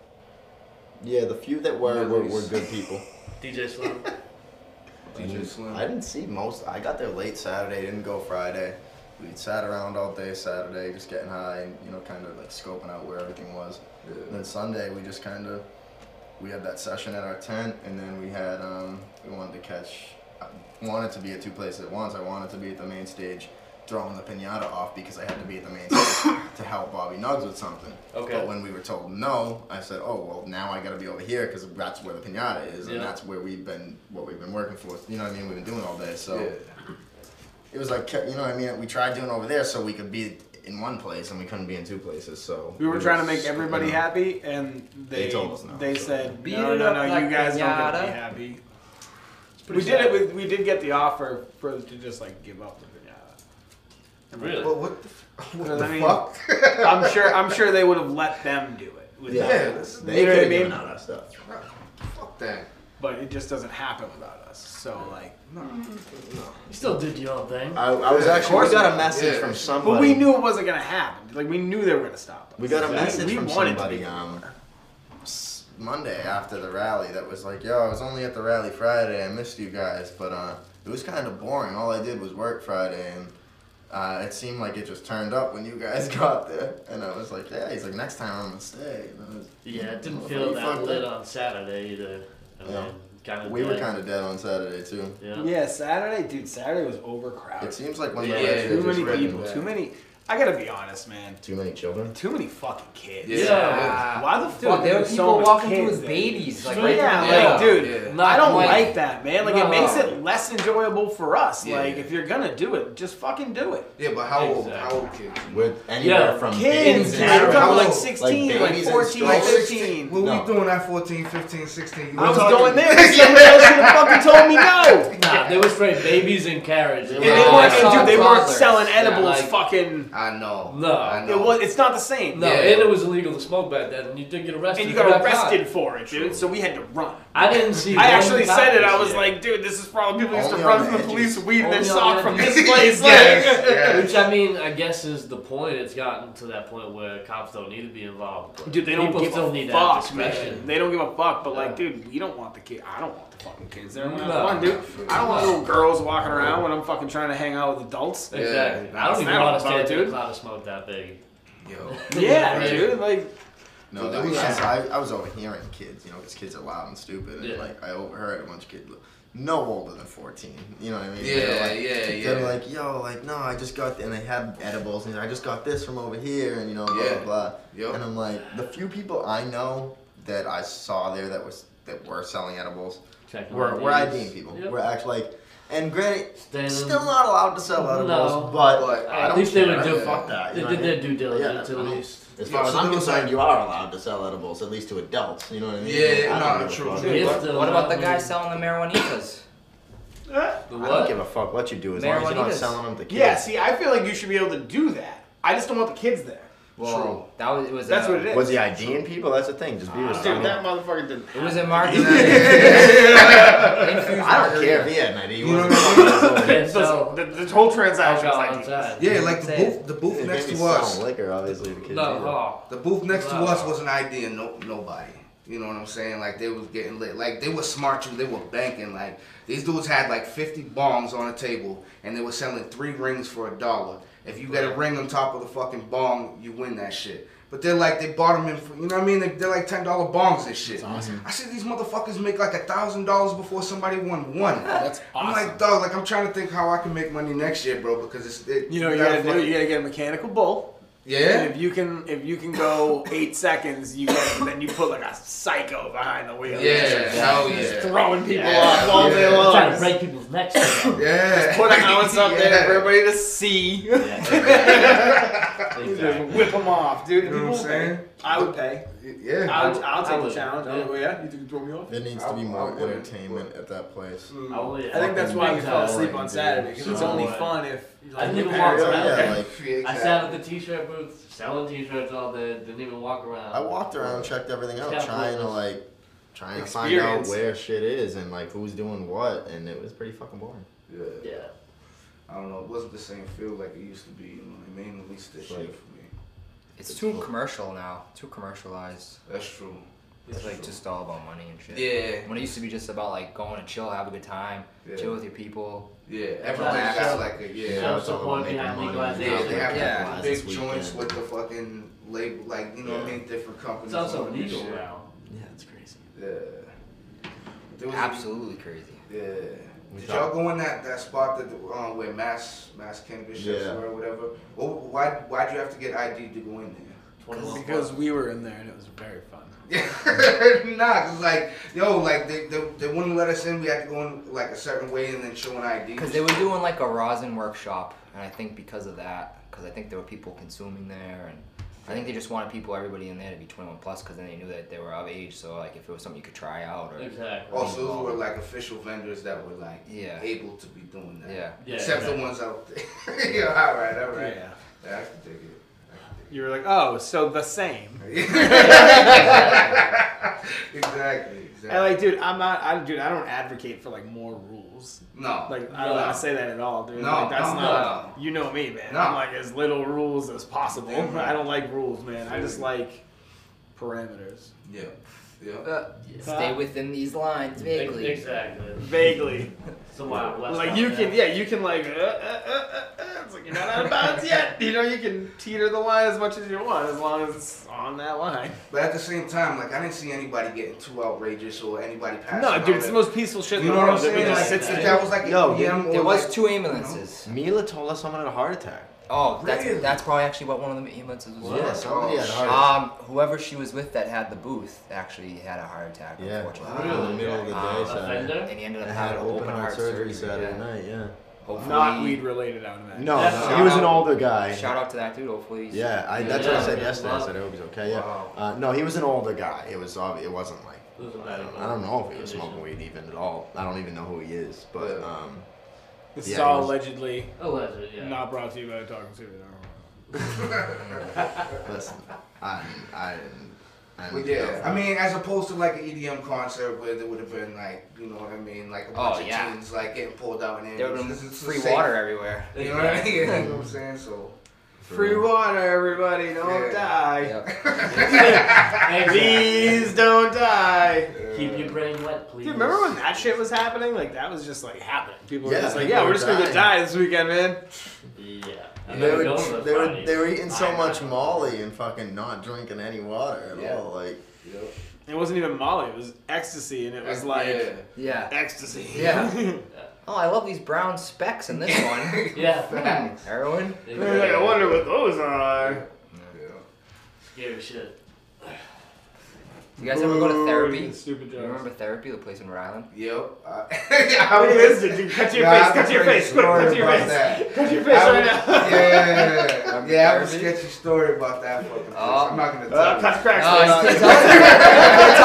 Speaker 4: Yeah, the few that were were, were good people.
Speaker 7: DJ Slim.
Speaker 2: DJ Slim.
Speaker 4: I didn't see most. I got there late Saturday, didn't go Friday. We sat around all day Saturday, just getting high and you know, kind of like scoping out where everything was. And then Sunday, we just kind of we had that session at our tent, and then we had um, we wanted to catch. I wanted to be at two places at once. I wanted to be at the main stage, throwing the pinata off because I had to be at the main stage to help Bobby Nugs with something.
Speaker 7: Okay.
Speaker 4: But when we were told no, I said, oh well, now I got to be over here because that's where the pinata is,
Speaker 7: Yeah.
Speaker 4: and that's where we've been what we've been working for. You know what I mean? We've been doing all day, so
Speaker 2: Yeah.
Speaker 4: it was like you know what I mean. We tried doing over there so we could be in one place and we couldn't be in two places. So
Speaker 3: We were trying to make
Speaker 4: just-
Speaker 3: everybody
Speaker 4: you know.
Speaker 3: happy, and they
Speaker 4: They told us no,
Speaker 3: they
Speaker 4: so-
Speaker 3: said,
Speaker 5: Beat
Speaker 3: "No,
Speaker 5: it
Speaker 3: no,
Speaker 5: up
Speaker 3: no,
Speaker 5: like
Speaker 3: you guys don't get to be
Speaker 5: pinata."
Speaker 3: happy."
Speaker 7: pretty
Speaker 3: We did
Speaker 7: sad.
Speaker 3: it. With, we did get the offer for to just like give up the pinata.
Speaker 7: Really?
Speaker 2: But what the, f- what
Speaker 3: Because,
Speaker 2: the
Speaker 3: I mean,
Speaker 2: fuck?
Speaker 3: I'm sure. I'm sure they would have let them do it.
Speaker 4: Yeah,
Speaker 3: Without,
Speaker 2: Yeah, that's-
Speaker 4: they
Speaker 3: You know
Speaker 4: could
Speaker 3: what I
Speaker 4: have given
Speaker 3: mean?
Speaker 4: out our stuff.
Speaker 2: fuck that.
Speaker 3: but it just doesn't happen without us. So like, no,
Speaker 7: You still did your own thing.
Speaker 4: I- I was
Speaker 3: Yeah,
Speaker 4: actually-
Speaker 3: of course
Speaker 4: we got
Speaker 3: I
Speaker 4: a
Speaker 3: did.
Speaker 4: message from
Speaker 3: but we
Speaker 4: somebody.
Speaker 3: knew it wasn't gonna happen. Like we knew they were gonna stop. Us.
Speaker 4: We got a
Speaker 3: We-
Speaker 4: message
Speaker 3: we
Speaker 4: from
Speaker 3: wanted to
Speaker 4: somebody um, s- Monday after the rally that was like, "Yo, I was only at the rally Friday. I missed you guys, but uh, it was kind of boring. All I did was work Friday, and uh, it seemed like it just turned up when you guys got there." And I was like, "Yeah." He's like, "Next time I'm gonna stay." And I was,
Speaker 7: Yeah, it didn't
Speaker 4: "Motherfucker,
Speaker 7: feel
Speaker 4: you
Speaker 7: that
Speaker 4: fucked
Speaker 7: lit
Speaker 4: up."
Speaker 7: on Saturday either. I mean,
Speaker 4: Yeah.
Speaker 7: kind of.
Speaker 4: we were kind of dead on Saturday too.
Speaker 7: Yeah.
Speaker 3: Yeah, Saturday, dude. Saturday was overcrowded.
Speaker 4: It seems like when the
Speaker 3: yeah,
Speaker 4: lights are
Speaker 3: too
Speaker 4: just
Speaker 3: many
Speaker 4: red and
Speaker 3: people,
Speaker 4: black.
Speaker 3: too many. I gotta be honest, man.
Speaker 4: Too many children.
Speaker 3: Too many fucking kids.
Speaker 4: Yeah. Yeah.
Speaker 3: Why the fuck?
Speaker 5: Dude, there were
Speaker 3: so
Speaker 5: people
Speaker 3: many
Speaker 5: walking through
Speaker 3: kids
Speaker 5: with
Speaker 3: there?
Speaker 5: babies, like,
Speaker 3: yeah,
Speaker 5: right
Speaker 3: like,
Speaker 5: there. Yeah.
Speaker 3: dude,
Speaker 5: Yeah.
Speaker 3: I don't
Speaker 5: Like-
Speaker 3: like, that, man. Like, it
Speaker 5: No.
Speaker 3: makes it less enjoyable for us.
Speaker 2: Yeah.
Speaker 3: Like, if you're gonna do it, just fucking do it.
Speaker 2: Yeah, but how old? How old kids?
Speaker 4: With anywhere
Speaker 3: Yeah,
Speaker 4: from
Speaker 3: kids,
Speaker 4: babies
Speaker 3: dude.
Speaker 4: and-
Speaker 3: I'm talking
Speaker 4: How
Speaker 3: like
Speaker 4: old?
Speaker 3: 16, like
Speaker 4: babies and
Speaker 3: 14,
Speaker 4: stuff?
Speaker 3: 15.
Speaker 2: What
Speaker 4: No.
Speaker 2: we doing at 14, 15, 16? You
Speaker 3: I was
Speaker 2: talking-
Speaker 3: going there. Somebody else should have fucking told me no.
Speaker 7: Yeah, they were straight babies in carriage. They
Speaker 3: And they
Speaker 7: were-
Speaker 3: weren't,
Speaker 2: I saw
Speaker 3: dude, they weren't
Speaker 2: toddlers.
Speaker 3: selling
Speaker 2: Yeah,
Speaker 3: edibles.
Speaker 2: like-
Speaker 3: fucking,
Speaker 2: I know.
Speaker 7: No.
Speaker 2: I know.
Speaker 3: it was. It's not the same.
Speaker 7: No, and it was illegal to smoke back then, and you did get arrested.
Speaker 3: and you
Speaker 7: for that
Speaker 3: got
Speaker 7: crime.
Speaker 3: arrested for it, dude. So we had to run.
Speaker 7: I didn't see.
Speaker 3: I
Speaker 7: one
Speaker 3: actually
Speaker 7: cop
Speaker 3: said it.
Speaker 7: this
Speaker 3: I was
Speaker 7: year.
Speaker 3: like, dude, this is probably people used to
Speaker 4: Only on
Speaker 3: run
Speaker 4: the
Speaker 3: from the
Speaker 4: edges.
Speaker 3: police, weed
Speaker 7: Only
Speaker 3: their
Speaker 7: on
Speaker 3: sock
Speaker 7: the
Speaker 3: from
Speaker 7: edges.
Speaker 3: this place.
Speaker 2: Yes,
Speaker 3: Like,
Speaker 2: yes.
Speaker 7: Which I mean, I guess is the point. It's gotten to that point where cops don't need to be involved. but
Speaker 3: Dude, they don't
Speaker 7: people
Speaker 3: give
Speaker 7: still
Speaker 3: a
Speaker 7: need that
Speaker 3: fuck,
Speaker 7: discretion.
Speaker 3: man. They don't give a fuck. But like,
Speaker 7: Yeah.
Speaker 3: dude, we don't want the kid. I don't want the fucking kids there when I
Speaker 7: No.
Speaker 3: have fun, dude. I don't want little girls walking around when I'm fucking trying to hang out with adults.
Speaker 7: Exactly. I
Speaker 3: That's
Speaker 7: don't even
Speaker 3: not
Speaker 7: want to
Speaker 3: about
Speaker 7: stand
Speaker 3: it,
Speaker 7: in a
Speaker 3: dude.
Speaker 7: cloud of smoke that big.
Speaker 2: Yo.
Speaker 3: Yeah,
Speaker 2: Right.
Speaker 3: dude. Like,
Speaker 4: No, that was just, I, I was overhearing kids, you know, because kids are loud and stupid, and
Speaker 7: Yeah.
Speaker 4: like I overheard a bunch of kids no older than fourteen. You know what I mean?
Speaker 2: Yeah,
Speaker 4: They're like,
Speaker 2: yeah,
Speaker 4: They're
Speaker 2: yeah.
Speaker 4: like, yo, like no, I just got and they had edibles, and I just got this from over here, and you know, blah
Speaker 2: Yeah.
Speaker 4: blah blah.
Speaker 2: Yep.
Speaker 4: And I'm like, the few people I know that I saw there that was that were selling edibles
Speaker 7: Checking
Speaker 4: were
Speaker 7: IDs.
Speaker 4: were IDing people.
Speaker 7: Yep.
Speaker 4: We're actually like, and granted,
Speaker 7: Standing-
Speaker 4: still not allowed to sell edibles,
Speaker 7: No.
Speaker 4: but,
Speaker 2: But
Speaker 4: I
Speaker 7: at
Speaker 4: don't
Speaker 7: least they
Speaker 4: care.
Speaker 7: would do-
Speaker 4: fuck that.
Speaker 7: they
Speaker 4: you know
Speaker 7: did
Speaker 4: what I mean?
Speaker 7: their due diligence, at
Speaker 4: Yeah, I don't-
Speaker 7: least.
Speaker 4: as
Speaker 2: Yeah,
Speaker 4: far as
Speaker 2: so
Speaker 4: I'm
Speaker 2: there was
Speaker 4: concerned,
Speaker 2: like-
Speaker 4: you are allowed to sell edibles, at least to adults. You know what I mean?
Speaker 2: Yeah,
Speaker 4: Like,
Speaker 2: yeah,
Speaker 4: I
Speaker 2: no,
Speaker 4: don't give a
Speaker 2: true,
Speaker 4: fuck.
Speaker 2: true.
Speaker 7: If
Speaker 5: What,
Speaker 7: the-
Speaker 5: what about the guy selling the marijuanitas?
Speaker 7: The
Speaker 4: I don't
Speaker 7: what?
Speaker 4: give a fuck what you do as long as you're not
Speaker 5: Marijuanitas.
Speaker 4: selling them to kids.
Speaker 3: yeah. See, I feel like you should be able to do that. I just don't want the kids there.
Speaker 5: Well, that was it was.
Speaker 3: That's
Speaker 5: a,
Speaker 3: what it is.
Speaker 4: Was he IDing people? That's the thing. Just be
Speaker 3: Dude,
Speaker 4: responsible.
Speaker 3: that motherfucker did.
Speaker 5: It was a market.
Speaker 4: I don't care if he had an ID. He wasn't fucking
Speaker 7: Okay, so
Speaker 3: the, the whole transaction
Speaker 7: alcohol
Speaker 3: was like.
Speaker 7: outside.
Speaker 2: Yeah, like the
Speaker 5: Say
Speaker 2: booth, the booth
Speaker 4: They
Speaker 2: next
Speaker 4: can't be
Speaker 2: to us.
Speaker 4: selling liquor, obviously, to kids.
Speaker 7: No,
Speaker 4: either.
Speaker 5: uh,
Speaker 7: oh,
Speaker 2: The booth next to
Speaker 7: Wow.
Speaker 2: us was an idea, no, nobody. You know what I'm saying? Like they was getting lit. Like they were smart too. They were banking. Like these dudes had like 50 bongs on a table, and they were selling three rings for a dollar. If you get a ring on top of the fucking bong, you win that shit. But they're like they bought them in. For, you know what I mean? They, they're like ten dollar bongs and shit. I see these motherfuckers make like a thousand dollars before somebody won one.
Speaker 3: That's
Speaker 2: I'm like dog. Like I'm trying to think how I can make money next year, bro. Because it's it,
Speaker 3: You know, what you
Speaker 2: gotta
Speaker 3: gotta do.
Speaker 2: fucking-
Speaker 3: You gotta get a mechanical bull. And
Speaker 2: Yeah.
Speaker 3: if you can, if you can go eight seconds, you can, then you put like a psycho behind the wheel.
Speaker 2: Yeah. Hell
Speaker 3: Just
Speaker 2: yeah.
Speaker 3: throwing people
Speaker 2: Yeah.
Speaker 3: off all day
Speaker 2: Yeah.
Speaker 7: I'm trying
Speaker 3: long.
Speaker 7: to break people's necks. down.
Speaker 2: Yeah.
Speaker 3: Put an ounce up there for
Speaker 2: Yeah.
Speaker 3: everybody to see. Just whip them off, dude.
Speaker 2: You know
Speaker 3: People
Speaker 2: what
Speaker 3: would
Speaker 2: I'm
Speaker 3: pay.
Speaker 2: saying?
Speaker 3: I would pay.
Speaker 2: Yeah.
Speaker 3: I would, I'll
Speaker 7: I
Speaker 3: take the
Speaker 7: would,
Speaker 3: challenge.
Speaker 7: yeah.
Speaker 3: Oh, yeah, you can throw me off.
Speaker 4: There needs
Speaker 2: I-
Speaker 4: to be
Speaker 2: I
Speaker 4: more
Speaker 2: wouldn't.
Speaker 4: entertainment at that place.
Speaker 7: I would-
Speaker 3: I think that's why we fell asleep on
Speaker 4: dude.
Speaker 3: Saturday because it's
Speaker 7: So
Speaker 3: only
Speaker 7: what?
Speaker 3: fun if
Speaker 7: I
Speaker 3: like,
Speaker 7: didn't
Speaker 3: your
Speaker 7: even
Speaker 3: parents
Speaker 7: walk
Speaker 3: are
Speaker 4: around.
Speaker 3: out
Speaker 4: Yeah,
Speaker 3: there.
Speaker 4: like,
Speaker 7: I sat at the t-shirt booth selling t-shirts all day. Didn't even walk around.
Speaker 4: I walked around, checked everything out,
Speaker 7: Yeah.
Speaker 4: trying to like, trying to find out
Speaker 3: Experience.
Speaker 4: where shit is and like who's doing what, and it was pretty fucking boring.
Speaker 7: Yeah.
Speaker 2: I don't know. It wasn't the same feel like it used to be. You know what I mean? At least this
Speaker 4: Like-
Speaker 2: shit for me.
Speaker 5: It's too commercial now. Too commercialized.
Speaker 2: That's true.
Speaker 5: It's like just all about money and shit.
Speaker 2: Yeah.
Speaker 5: When it used to be just about like going and chill, have a good time,
Speaker 2: Yeah.
Speaker 5: chill with your people.
Speaker 2: Yeah. Everyone
Speaker 7: Yeah.
Speaker 2: got like a yeah.
Speaker 7: Yeah.
Speaker 4: Now it's all
Speaker 7: support
Speaker 4: about making
Speaker 7: behind
Speaker 4: money.
Speaker 7: legalization.
Speaker 2: Yeah, they have
Speaker 5: Yeah.
Speaker 2: the
Speaker 4: This
Speaker 2: big joints
Speaker 4: weekend.
Speaker 2: with the fucking label, like you know what I mean, different companies.
Speaker 7: It's also
Speaker 2: doing this
Speaker 7: legal
Speaker 2: shit.
Speaker 7: now.
Speaker 4: Yeah, it's crazy.
Speaker 2: Yeah. There was a-
Speaker 5: Absolutely crazy.
Speaker 2: Yeah.
Speaker 4: We
Speaker 2: Did
Speaker 4: thought-
Speaker 2: y'all go in that, that spot that the- um, where mass mass cannabis shops
Speaker 4: Yeah.
Speaker 2: were or whatever? Well, why why'd you have to get ID to go in there?
Speaker 7: 21
Speaker 3: Because we were in there and it was very fun.
Speaker 2: nah, 'cause, like yo, like they, they they wouldn't let us in. We had to go in like a certain way and then show an ID.
Speaker 5: Because they were doing like a rosin workshop, and I think because of that, because I think there were people consuming there, and I think they just wanted people, everybody in there, to be 21 plus, because then they knew that they were of age. So like, if it was something you could try out, or
Speaker 7: Exactly.
Speaker 4: Oh,
Speaker 2: Also, those were like official vendors that were like
Speaker 5: Yeah.
Speaker 2: able to be doing that.
Speaker 5: yeah,
Speaker 7: Yeah,
Speaker 2: Except
Speaker 7: exactly.
Speaker 2: the ones out there. yeah, all right, all right.
Speaker 3: Yeah.
Speaker 2: Yeah, I can take it. I can take
Speaker 3: You were like, oh, so the same.
Speaker 9: Exactly, exactly.
Speaker 3: And like, dude, I'm not. I dude, I don't advocate for like more rules.
Speaker 2: No.
Speaker 3: Like, I don't
Speaker 2: No.
Speaker 3: want to say that at all, dude.
Speaker 2: No,
Speaker 3: like, that's
Speaker 2: no,
Speaker 3: not. You know me, man.
Speaker 2: No.
Speaker 3: I'm like as little rules as possible.
Speaker 2: Damn right.
Speaker 3: I don't like rules, man. I just like parameters.
Speaker 2: Yeah. Yeah.
Speaker 5: Uh, Stay within these lines vaguely.
Speaker 7: Exactly.
Speaker 3: Vaguely.
Speaker 7: So wild west.
Speaker 3: like
Speaker 7: out
Speaker 3: you
Speaker 7: there.
Speaker 3: can, yeah, you can like, uh, uh, uh, uh, uh, it's like you're not out of bounds yet. You know, you can teeter the line as much as you want, as long as it's on that line.
Speaker 2: But at the same time, like I didn't see anybody getting too outrageous or anybody passing.
Speaker 3: No,
Speaker 2: out
Speaker 3: dude, it's the
Speaker 2: at-
Speaker 3: most peaceful shit in
Speaker 2: You
Speaker 3: the
Speaker 2: know what
Speaker 3: world.
Speaker 2: I'm
Speaker 3: It
Speaker 2: saying?
Speaker 3: just
Speaker 2: Like,
Speaker 3: sits
Speaker 2: if
Speaker 3: there.
Speaker 2: that was like a
Speaker 4: Yo,
Speaker 2: PM or
Speaker 5: There was
Speaker 2: like-
Speaker 5: two ambulances.
Speaker 4: Mila told us someone had a heart attack.
Speaker 5: Oh, that's
Speaker 2: Really?
Speaker 5: that's probably actually what one of the ambulances was.
Speaker 4: Yeah,
Speaker 5: for.
Speaker 4: somebody
Speaker 2: Oh,
Speaker 4: had a
Speaker 2: shit.
Speaker 4: heart attack.
Speaker 5: Um, whoever she was with that had the booth actually had a heart attack,
Speaker 4: Yeah,
Speaker 5: unfortunately.
Speaker 4: in the middle of the
Speaker 5: Um,
Speaker 4: day Saturday.
Speaker 7: Offender?
Speaker 5: And he ended up
Speaker 4: And had
Speaker 5: having
Speaker 4: open heart surgery Saturday
Speaker 5: yeah.
Speaker 4: night, yeah.
Speaker 5: Hopefully,
Speaker 3: Not weed related, I would imagine.
Speaker 4: No,
Speaker 7: That's-
Speaker 4: no, he was an older guy.
Speaker 5: Shout out to that dude. Hopefully, he's-
Speaker 4: Yeah, I, that's what I said yesterday. I
Speaker 7: Wow.
Speaker 4: said I hope he's okay. Yeah.
Speaker 5: Wow.
Speaker 4: Uh, no, he was an older guy. It was obvious. It wasn't like
Speaker 7: It was a
Speaker 4: I
Speaker 7: bad
Speaker 4: don't, I don't know if he was smoking weed even at all. I don't even know who he is. But um,
Speaker 3: This is
Speaker 4: Yeah,
Speaker 3: all
Speaker 4: it was-
Speaker 3: allegedly
Speaker 7: Alleged, yeah.
Speaker 3: not brought to you by talking to you.
Speaker 4: listen, I I didn't. I
Speaker 2: But
Speaker 4: didn't
Speaker 2: yeah,
Speaker 4: know.
Speaker 2: I mean, as opposed to like an EDM concert where there would have been like, you know what I mean, like a bunch of
Speaker 5: Oh, yeah.
Speaker 2: teens like getting pulled out and
Speaker 5: there would have been
Speaker 2: ambulances. It's
Speaker 5: free
Speaker 2: safe.
Speaker 5: water everywhere.
Speaker 2: You know what I mean? You know what I'm saying? So
Speaker 3: Free water, everybody, don't
Speaker 2: Yeah.
Speaker 3: die.
Speaker 5: Yep.
Speaker 3: Please don't die.
Speaker 7: Keep your brain wet, please.
Speaker 3: Dude, remember when that shit was happening? Like that was just like happening. People
Speaker 4: Yeah,
Speaker 3: were just like,
Speaker 4: people
Speaker 3: "Yeah,
Speaker 4: were
Speaker 3: we're just gonna go
Speaker 4: dying.
Speaker 3: die this weekend, man."
Speaker 7: Yeah.
Speaker 4: They were, they, were, they were eating so much Molly and fucking not drinking any water at
Speaker 2: Yeah.
Speaker 4: all. Like,
Speaker 3: It wasn't even Molly; it was ecstasy, and it was like
Speaker 2: yeah.
Speaker 5: Yeah.
Speaker 3: ecstasy.
Speaker 5: Yeah. Oh, I love these brown specks in this one.
Speaker 7: Yeah.
Speaker 5: Heroin.
Speaker 3: They're like, I wonder what those are.
Speaker 7: Scary shit.
Speaker 5: You guys ever go to therapy?
Speaker 3: Ooh, Stupid
Speaker 5: You
Speaker 3: jokes.
Speaker 5: remember therapy, the place in Rhode Island?
Speaker 2: Yep. I,
Speaker 3: What
Speaker 2: I
Speaker 3: is it? Dude, Cut to your
Speaker 2: Nah,
Speaker 3: face!
Speaker 2: I've
Speaker 3: Cut to your
Speaker 2: heard a
Speaker 3: face! Quick! Cut to
Speaker 2: story
Speaker 3: your
Speaker 2: about
Speaker 3: face!
Speaker 2: that.
Speaker 3: Cut to your face right now!
Speaker 2: Yeah, yeah, I have a
Speaker 5: Therapy?
Speaker 2: sketchy story about that fucking place.
Speaker 5: Oh.
Speaker 2: I'm not gonna tell
Speaker 3: Uh,
Speaker 2: you.
Speaker 3: cut cracks.
Speaker 5: No,
Speaker 3: right
Speaker 5: it's-
Speaker 3: now.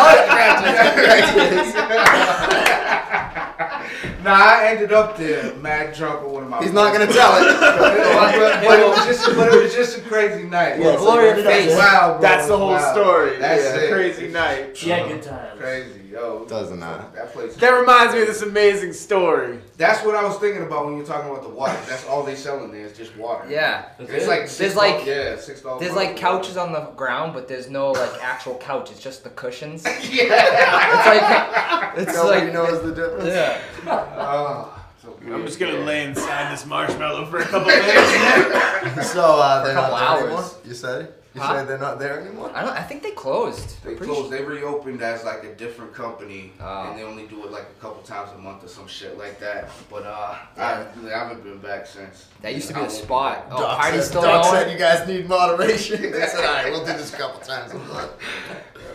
Speaker 2: Nah, I ended up there, mad drunk with one of my.
Speaker 4: he's not gonna tell it.
Speaker 2: but, but it was just, but it was just a crazy night.
Speaker 4: Yeah, so Blur your ended up face. there.
Speaker 2: Wow, bro,
Speaker 3: That's the whole
Speaker 2: wow.
Speaker 3: story.
Speaker 2: That's
Speaker 3: yeah.
Speaker 2: it.
Speaker 3: Crazy night.
Speaker 7: Yeah, good times.
Speaker 2: Crazy, yo.
Speaker 4: Does not.
Speaker 2: That place.
Speaker 3: That reminds me of this amazing story.
Speaker 2: That's what I was thinking about when you're talking about the water. That's all they selling there is just water.
Speaker 5: Yeah.
Speaker 2: It's like six
Speaker 5: There's like-
Speaker 2: dollars- yeah, six dollars.
Speaker 5: There's like couches on the ground, but there's no like actual couch. It's just the cushions. It's
Speaker 2: Yeah.
Speaker 5: like it's
Speaker 4: Nobody
Speaker 5: like
Speaker 4: knows the difference.
Speaker 5: yeah.
Speaker 2: Oh, so weird.
Speaker 4: Mm-hmm.
Speaker 3: I'm just gonna lay inside this marshmallow for a couple minutes.
Speaker 4: So uh,
Speaker 5: For
Speaker 4: they're
Speaker 5: a
Speaker 4: not
Speaker 5: couple
Speaker 4: there
Speaker 5: hours.
Speaker 4: anymore. You said you
Speaker 5: Huh?
Speaker 4: said they're not there anymore.
Speaker 5: I don't. I think they closed.
Speaker 2: They
Speaker 5: Pretty
Speaker 2: closed.
Speaker 5: su-
Speaker 2: They reopened as like a different company,
Speaker 5: Ah.
Speaker 2: and they only do it like a couple times a month or some shit like that. But uh, I, I haven't been back since.
Speaker 5: That used to be
Speaker 2: I
Speaker 5: a
Speaker 2: won't be
Speaker 5: spot.
Speaker 2: back.
Speaker 5: Oh,
Speaker 4: Doc
Speaker 5: party's
Speaker 4: said-
Speaker 5: still
Speaker 4: Doc
Speaker 5: going.
Speaker 4: said you guys need moderation. they said, all right, we'll do this a couple times a month.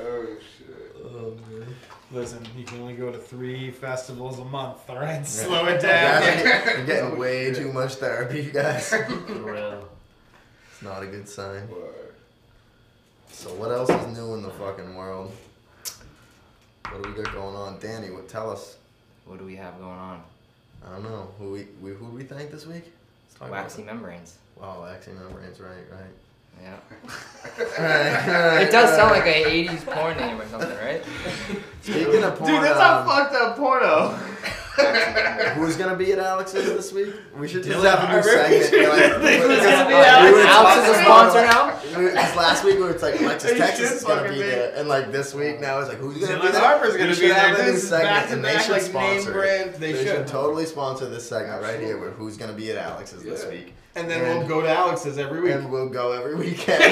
Speaker 2: Oh shit.
Speaker 3: Listen, you can only go to three festivals a month, all right? Slow it down.
Speaker 4: Yeah, You're getting way too much therapy, you guys.
Speaker 7: For real.
Speaker 4: It's not a good sign.
Speaker 2: Word.
Speaker 4: So what else is new in the fucking world? What do we got going on, Danny? What tell us?
Speaker 5: What do we have going on?
Speaker 4: I don't know. Who we, we who we thank this week? Let's talk about oh,
Speaker 5: Waxy
Speaker 4: it.
Speaker 5: membranes.
Speaker 4: Wow, waxy membranes. Right, right.
Speaker 5: Yeah.
Speaker 4: Right, right,
Speaker 5: It does sound
Speaker 4: right.
Speaker 5: like an '80s porn name or something, right?
Speaker 4: Speaking of porn,
Speaker 3: Dude, that's
Speaker 4: um,
Speaker 3: how fucked up porno.
Speaker 4: Who's gonna be at Alex's this week? We should just
Speaker 3: Dylan
Speaker 4: have a new
Speaker 3: Harper.
Speaker 4: segment. be like-
Speaker 3: Who's gonna be
Speaker 4: We
Speaker 3: at
Speaker 4: were
Speaker 5: Alex is a
Speaker 4: talking
Speaker 5: sponsor
Speaker 4: about-
Speaker 5: now.
Speaker 4: We were- 'cause last week we were like Alexis
Speaker 3: He
Speaker 4: Texas
Speaker 3: should
Speaker 4: is gonna
Speaker 3: fucking
Speaker 4: be
Speaker 3: be.
Speaker 4: there, and like this week now it's like who's gonna be
Speaker 3: Dylan
Speaker 4: there?
Speaker 3: Harper's
Speaker 4: We
Speaker 3: gonna
Speaker 4: should
Speaker 3: be there.
Speaker 4: have a new
Speaker 3: This is
Speaker 4: segment,
Speaker 3: back to
Speaker 4: and
Speaker 3: back,
Speaker 4: they should
Speaker 3: like, name
Speaker 4: sponsor. it.
Speaker 3: brand. They
Speaker 4: should.
Speaker 3: should.
Speaker 4: totally sponsor this segment right here where who's gonna be at Alex's this
Speaker 2: Yeah.
Speaker 4: week,
Speaker 3: And then we'll go to Alex's every week.
Speaker 4: and we'll go every weekend.
Speaker 2: Hell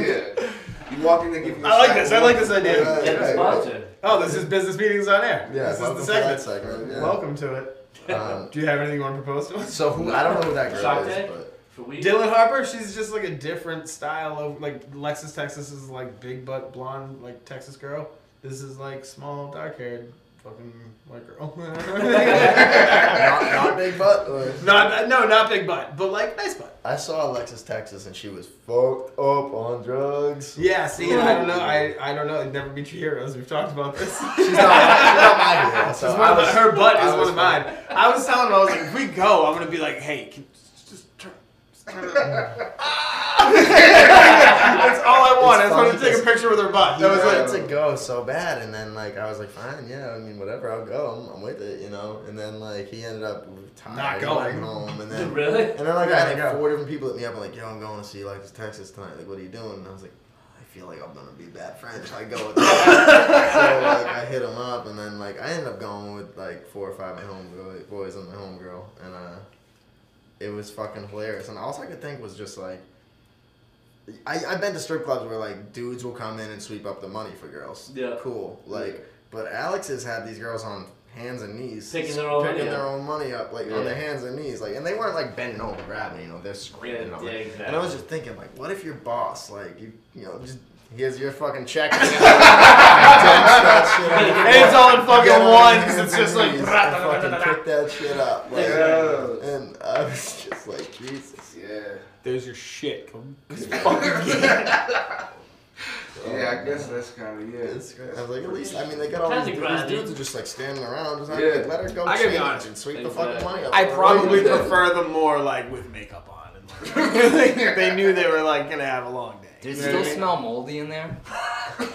Speaker 2: yeah. You walk in, they give you. a
Speaker 3: I like
Speaker 2: sack
Speaker 3: this.
Speaker 2: of
Speaker 3: I like
Speaker 2: water.
Speaker 3: this
Speaker 7: Get
Speaker 3: idea.
Speaker 7: the
Speaker 4: right.
Speaker 7: sponsor.
Speaker 3: Oh, this is business meetings on air.
Speaker 4: Yeah,
Speaker 3: this
Speaker 4: welcome
Speaker 3: is
Speaker 4: to
Speaker 3: the
Speaker 4: that
Speaker 3: segment.
Speaker 4: segment. yeah.
Speaker 3: Welcome to it.
Speaker 4: Um,
Speaker 3: Do you have anything you want to propose to us?
Speaker 4: so who? I don't know who that girl
Speaker 7: Sade?
Speaker 4: is, but
Speaker 7: For weed?
Speaker 3: Dylan Harper, she's just like a different style of like Lexus Texas is like big butt blonde like Texas girl. This is like small dark haired fucking white girl.
Speaker 4: not, not big butt. or-
Speaker 3: not no, not big butt, but like nice butt.
Speaker 4: I saw Alexis Texas and she was fucked up on drugs.
Speaker 3: Yeah, see, I don't know. I, I don't know. It never meet your heroes. We've talked about this.
Speaker 4: She's not, she's not my hero. So
Speaker 3: It's one
Speaker 4: I
Speaker 3: of the-
Speaker 4: was,
Speaker 3: her butt
Speaker 4: I
Speaker 3: is
Speaker 4: was
Speaker 3: one of mine. I was telling him, I was like, if we go, I'm gonna be like, hey, can, just turn. Just turn it.
Speaker 4: That's
Speaker 3: all I want. I just wanted to take a
Speaker 4: picture with her butt.
Speaker 3: That was
Speaker 4: I
Speaker 3: it.
Speaker 4: wanted to go so bad, and then like I was like, fine, yeah, I mean, whatever, I'll go. I'm, I'm with it, you know. And then like he ended up tired,
Speaker 3: Not going.
Speaker 4: home, and then
Speaker 3: Really?
Speaker 4: and then like
Speaker 3: Yeah,
Speaker 4: I had
Speaker 3: yeah.
Speaker 4: like four different people hit me up and like, yo, I'm going to see like this Texas tonight. Like, what are you doing? And I was like. I feel like I'm gonna be bad friends. I go with that. so like I hit him up, and then like I ended up going with like four or five of my homeboy boys and my homegirl, and uh, it was fucking hilarious. And all I could think was just like, I, I've been to strip clubs where like dudes will come in and sweep up the money for girls.
Speaker 7: Yeah.
Speaker 4: Cool. Like, but Alex has had these girls on hands and knees
Speaker 7: Picking their own
Speaker 4: picking
Speaker 7: money
Speaker 4: their
Speaker 7: up.
Speaker 4: own money up, like on
Speaker 7: Yeah.
Speaker 4: their hands and knees, like, and they weren't like bending over grabbing, you know, they're screaming. and all
Speaker 7: yeah,
Speaker 4: that.
Speaker 7: exactly.
Speaker 4: And I was just thinking, like, what if your boss, like, you, you know, just here's your fucking check. Dumps that shit on the
Speaker 3: And it's all in
Speaker 4: floor.
Speaker 3: fucking
Speaker 4: Get on
Speaker 3: one,
Speaker 4: your
Speaker 3: 'cause
Speaker 4: hands
Speaker 3: it's just
Speaker 4: and
Speaker 3: like-
Speaker 4: knees and fucking pick that shit up. Like,
Speaker 3: Yeah.
Speaker 4: And I was just like, Jesus.
Speaker 2: Yeah.
Speaker 3: There's your shit. Come-
Speaker 2: Yeah, I guess that's kind of yeah.
Speaker 4: It's great. I was like, at least, I mean, they got all
Speaker 7: Kinda
Speaker 4: these, dudes- these
Speaker 7: grinding.
Speaker 4: dudes are just like standing around. Just
Speaker 2: Yeah.
Speaker 4: like, let her go.
Speaker 3: I gotta be
Speaker 4: change
Speaker 3: honest.
Speaker 4: and sweep the
Speaker 7: Exactly.
Speaker 4: fucking money up.
Speaker 3: I probably
Speaker 4: Yeah.
Speaker 3: prefer them more like with makeup on. And, like, they knew they were like gonna have a long day.
Speaker 5: Did it still smell moldy in there?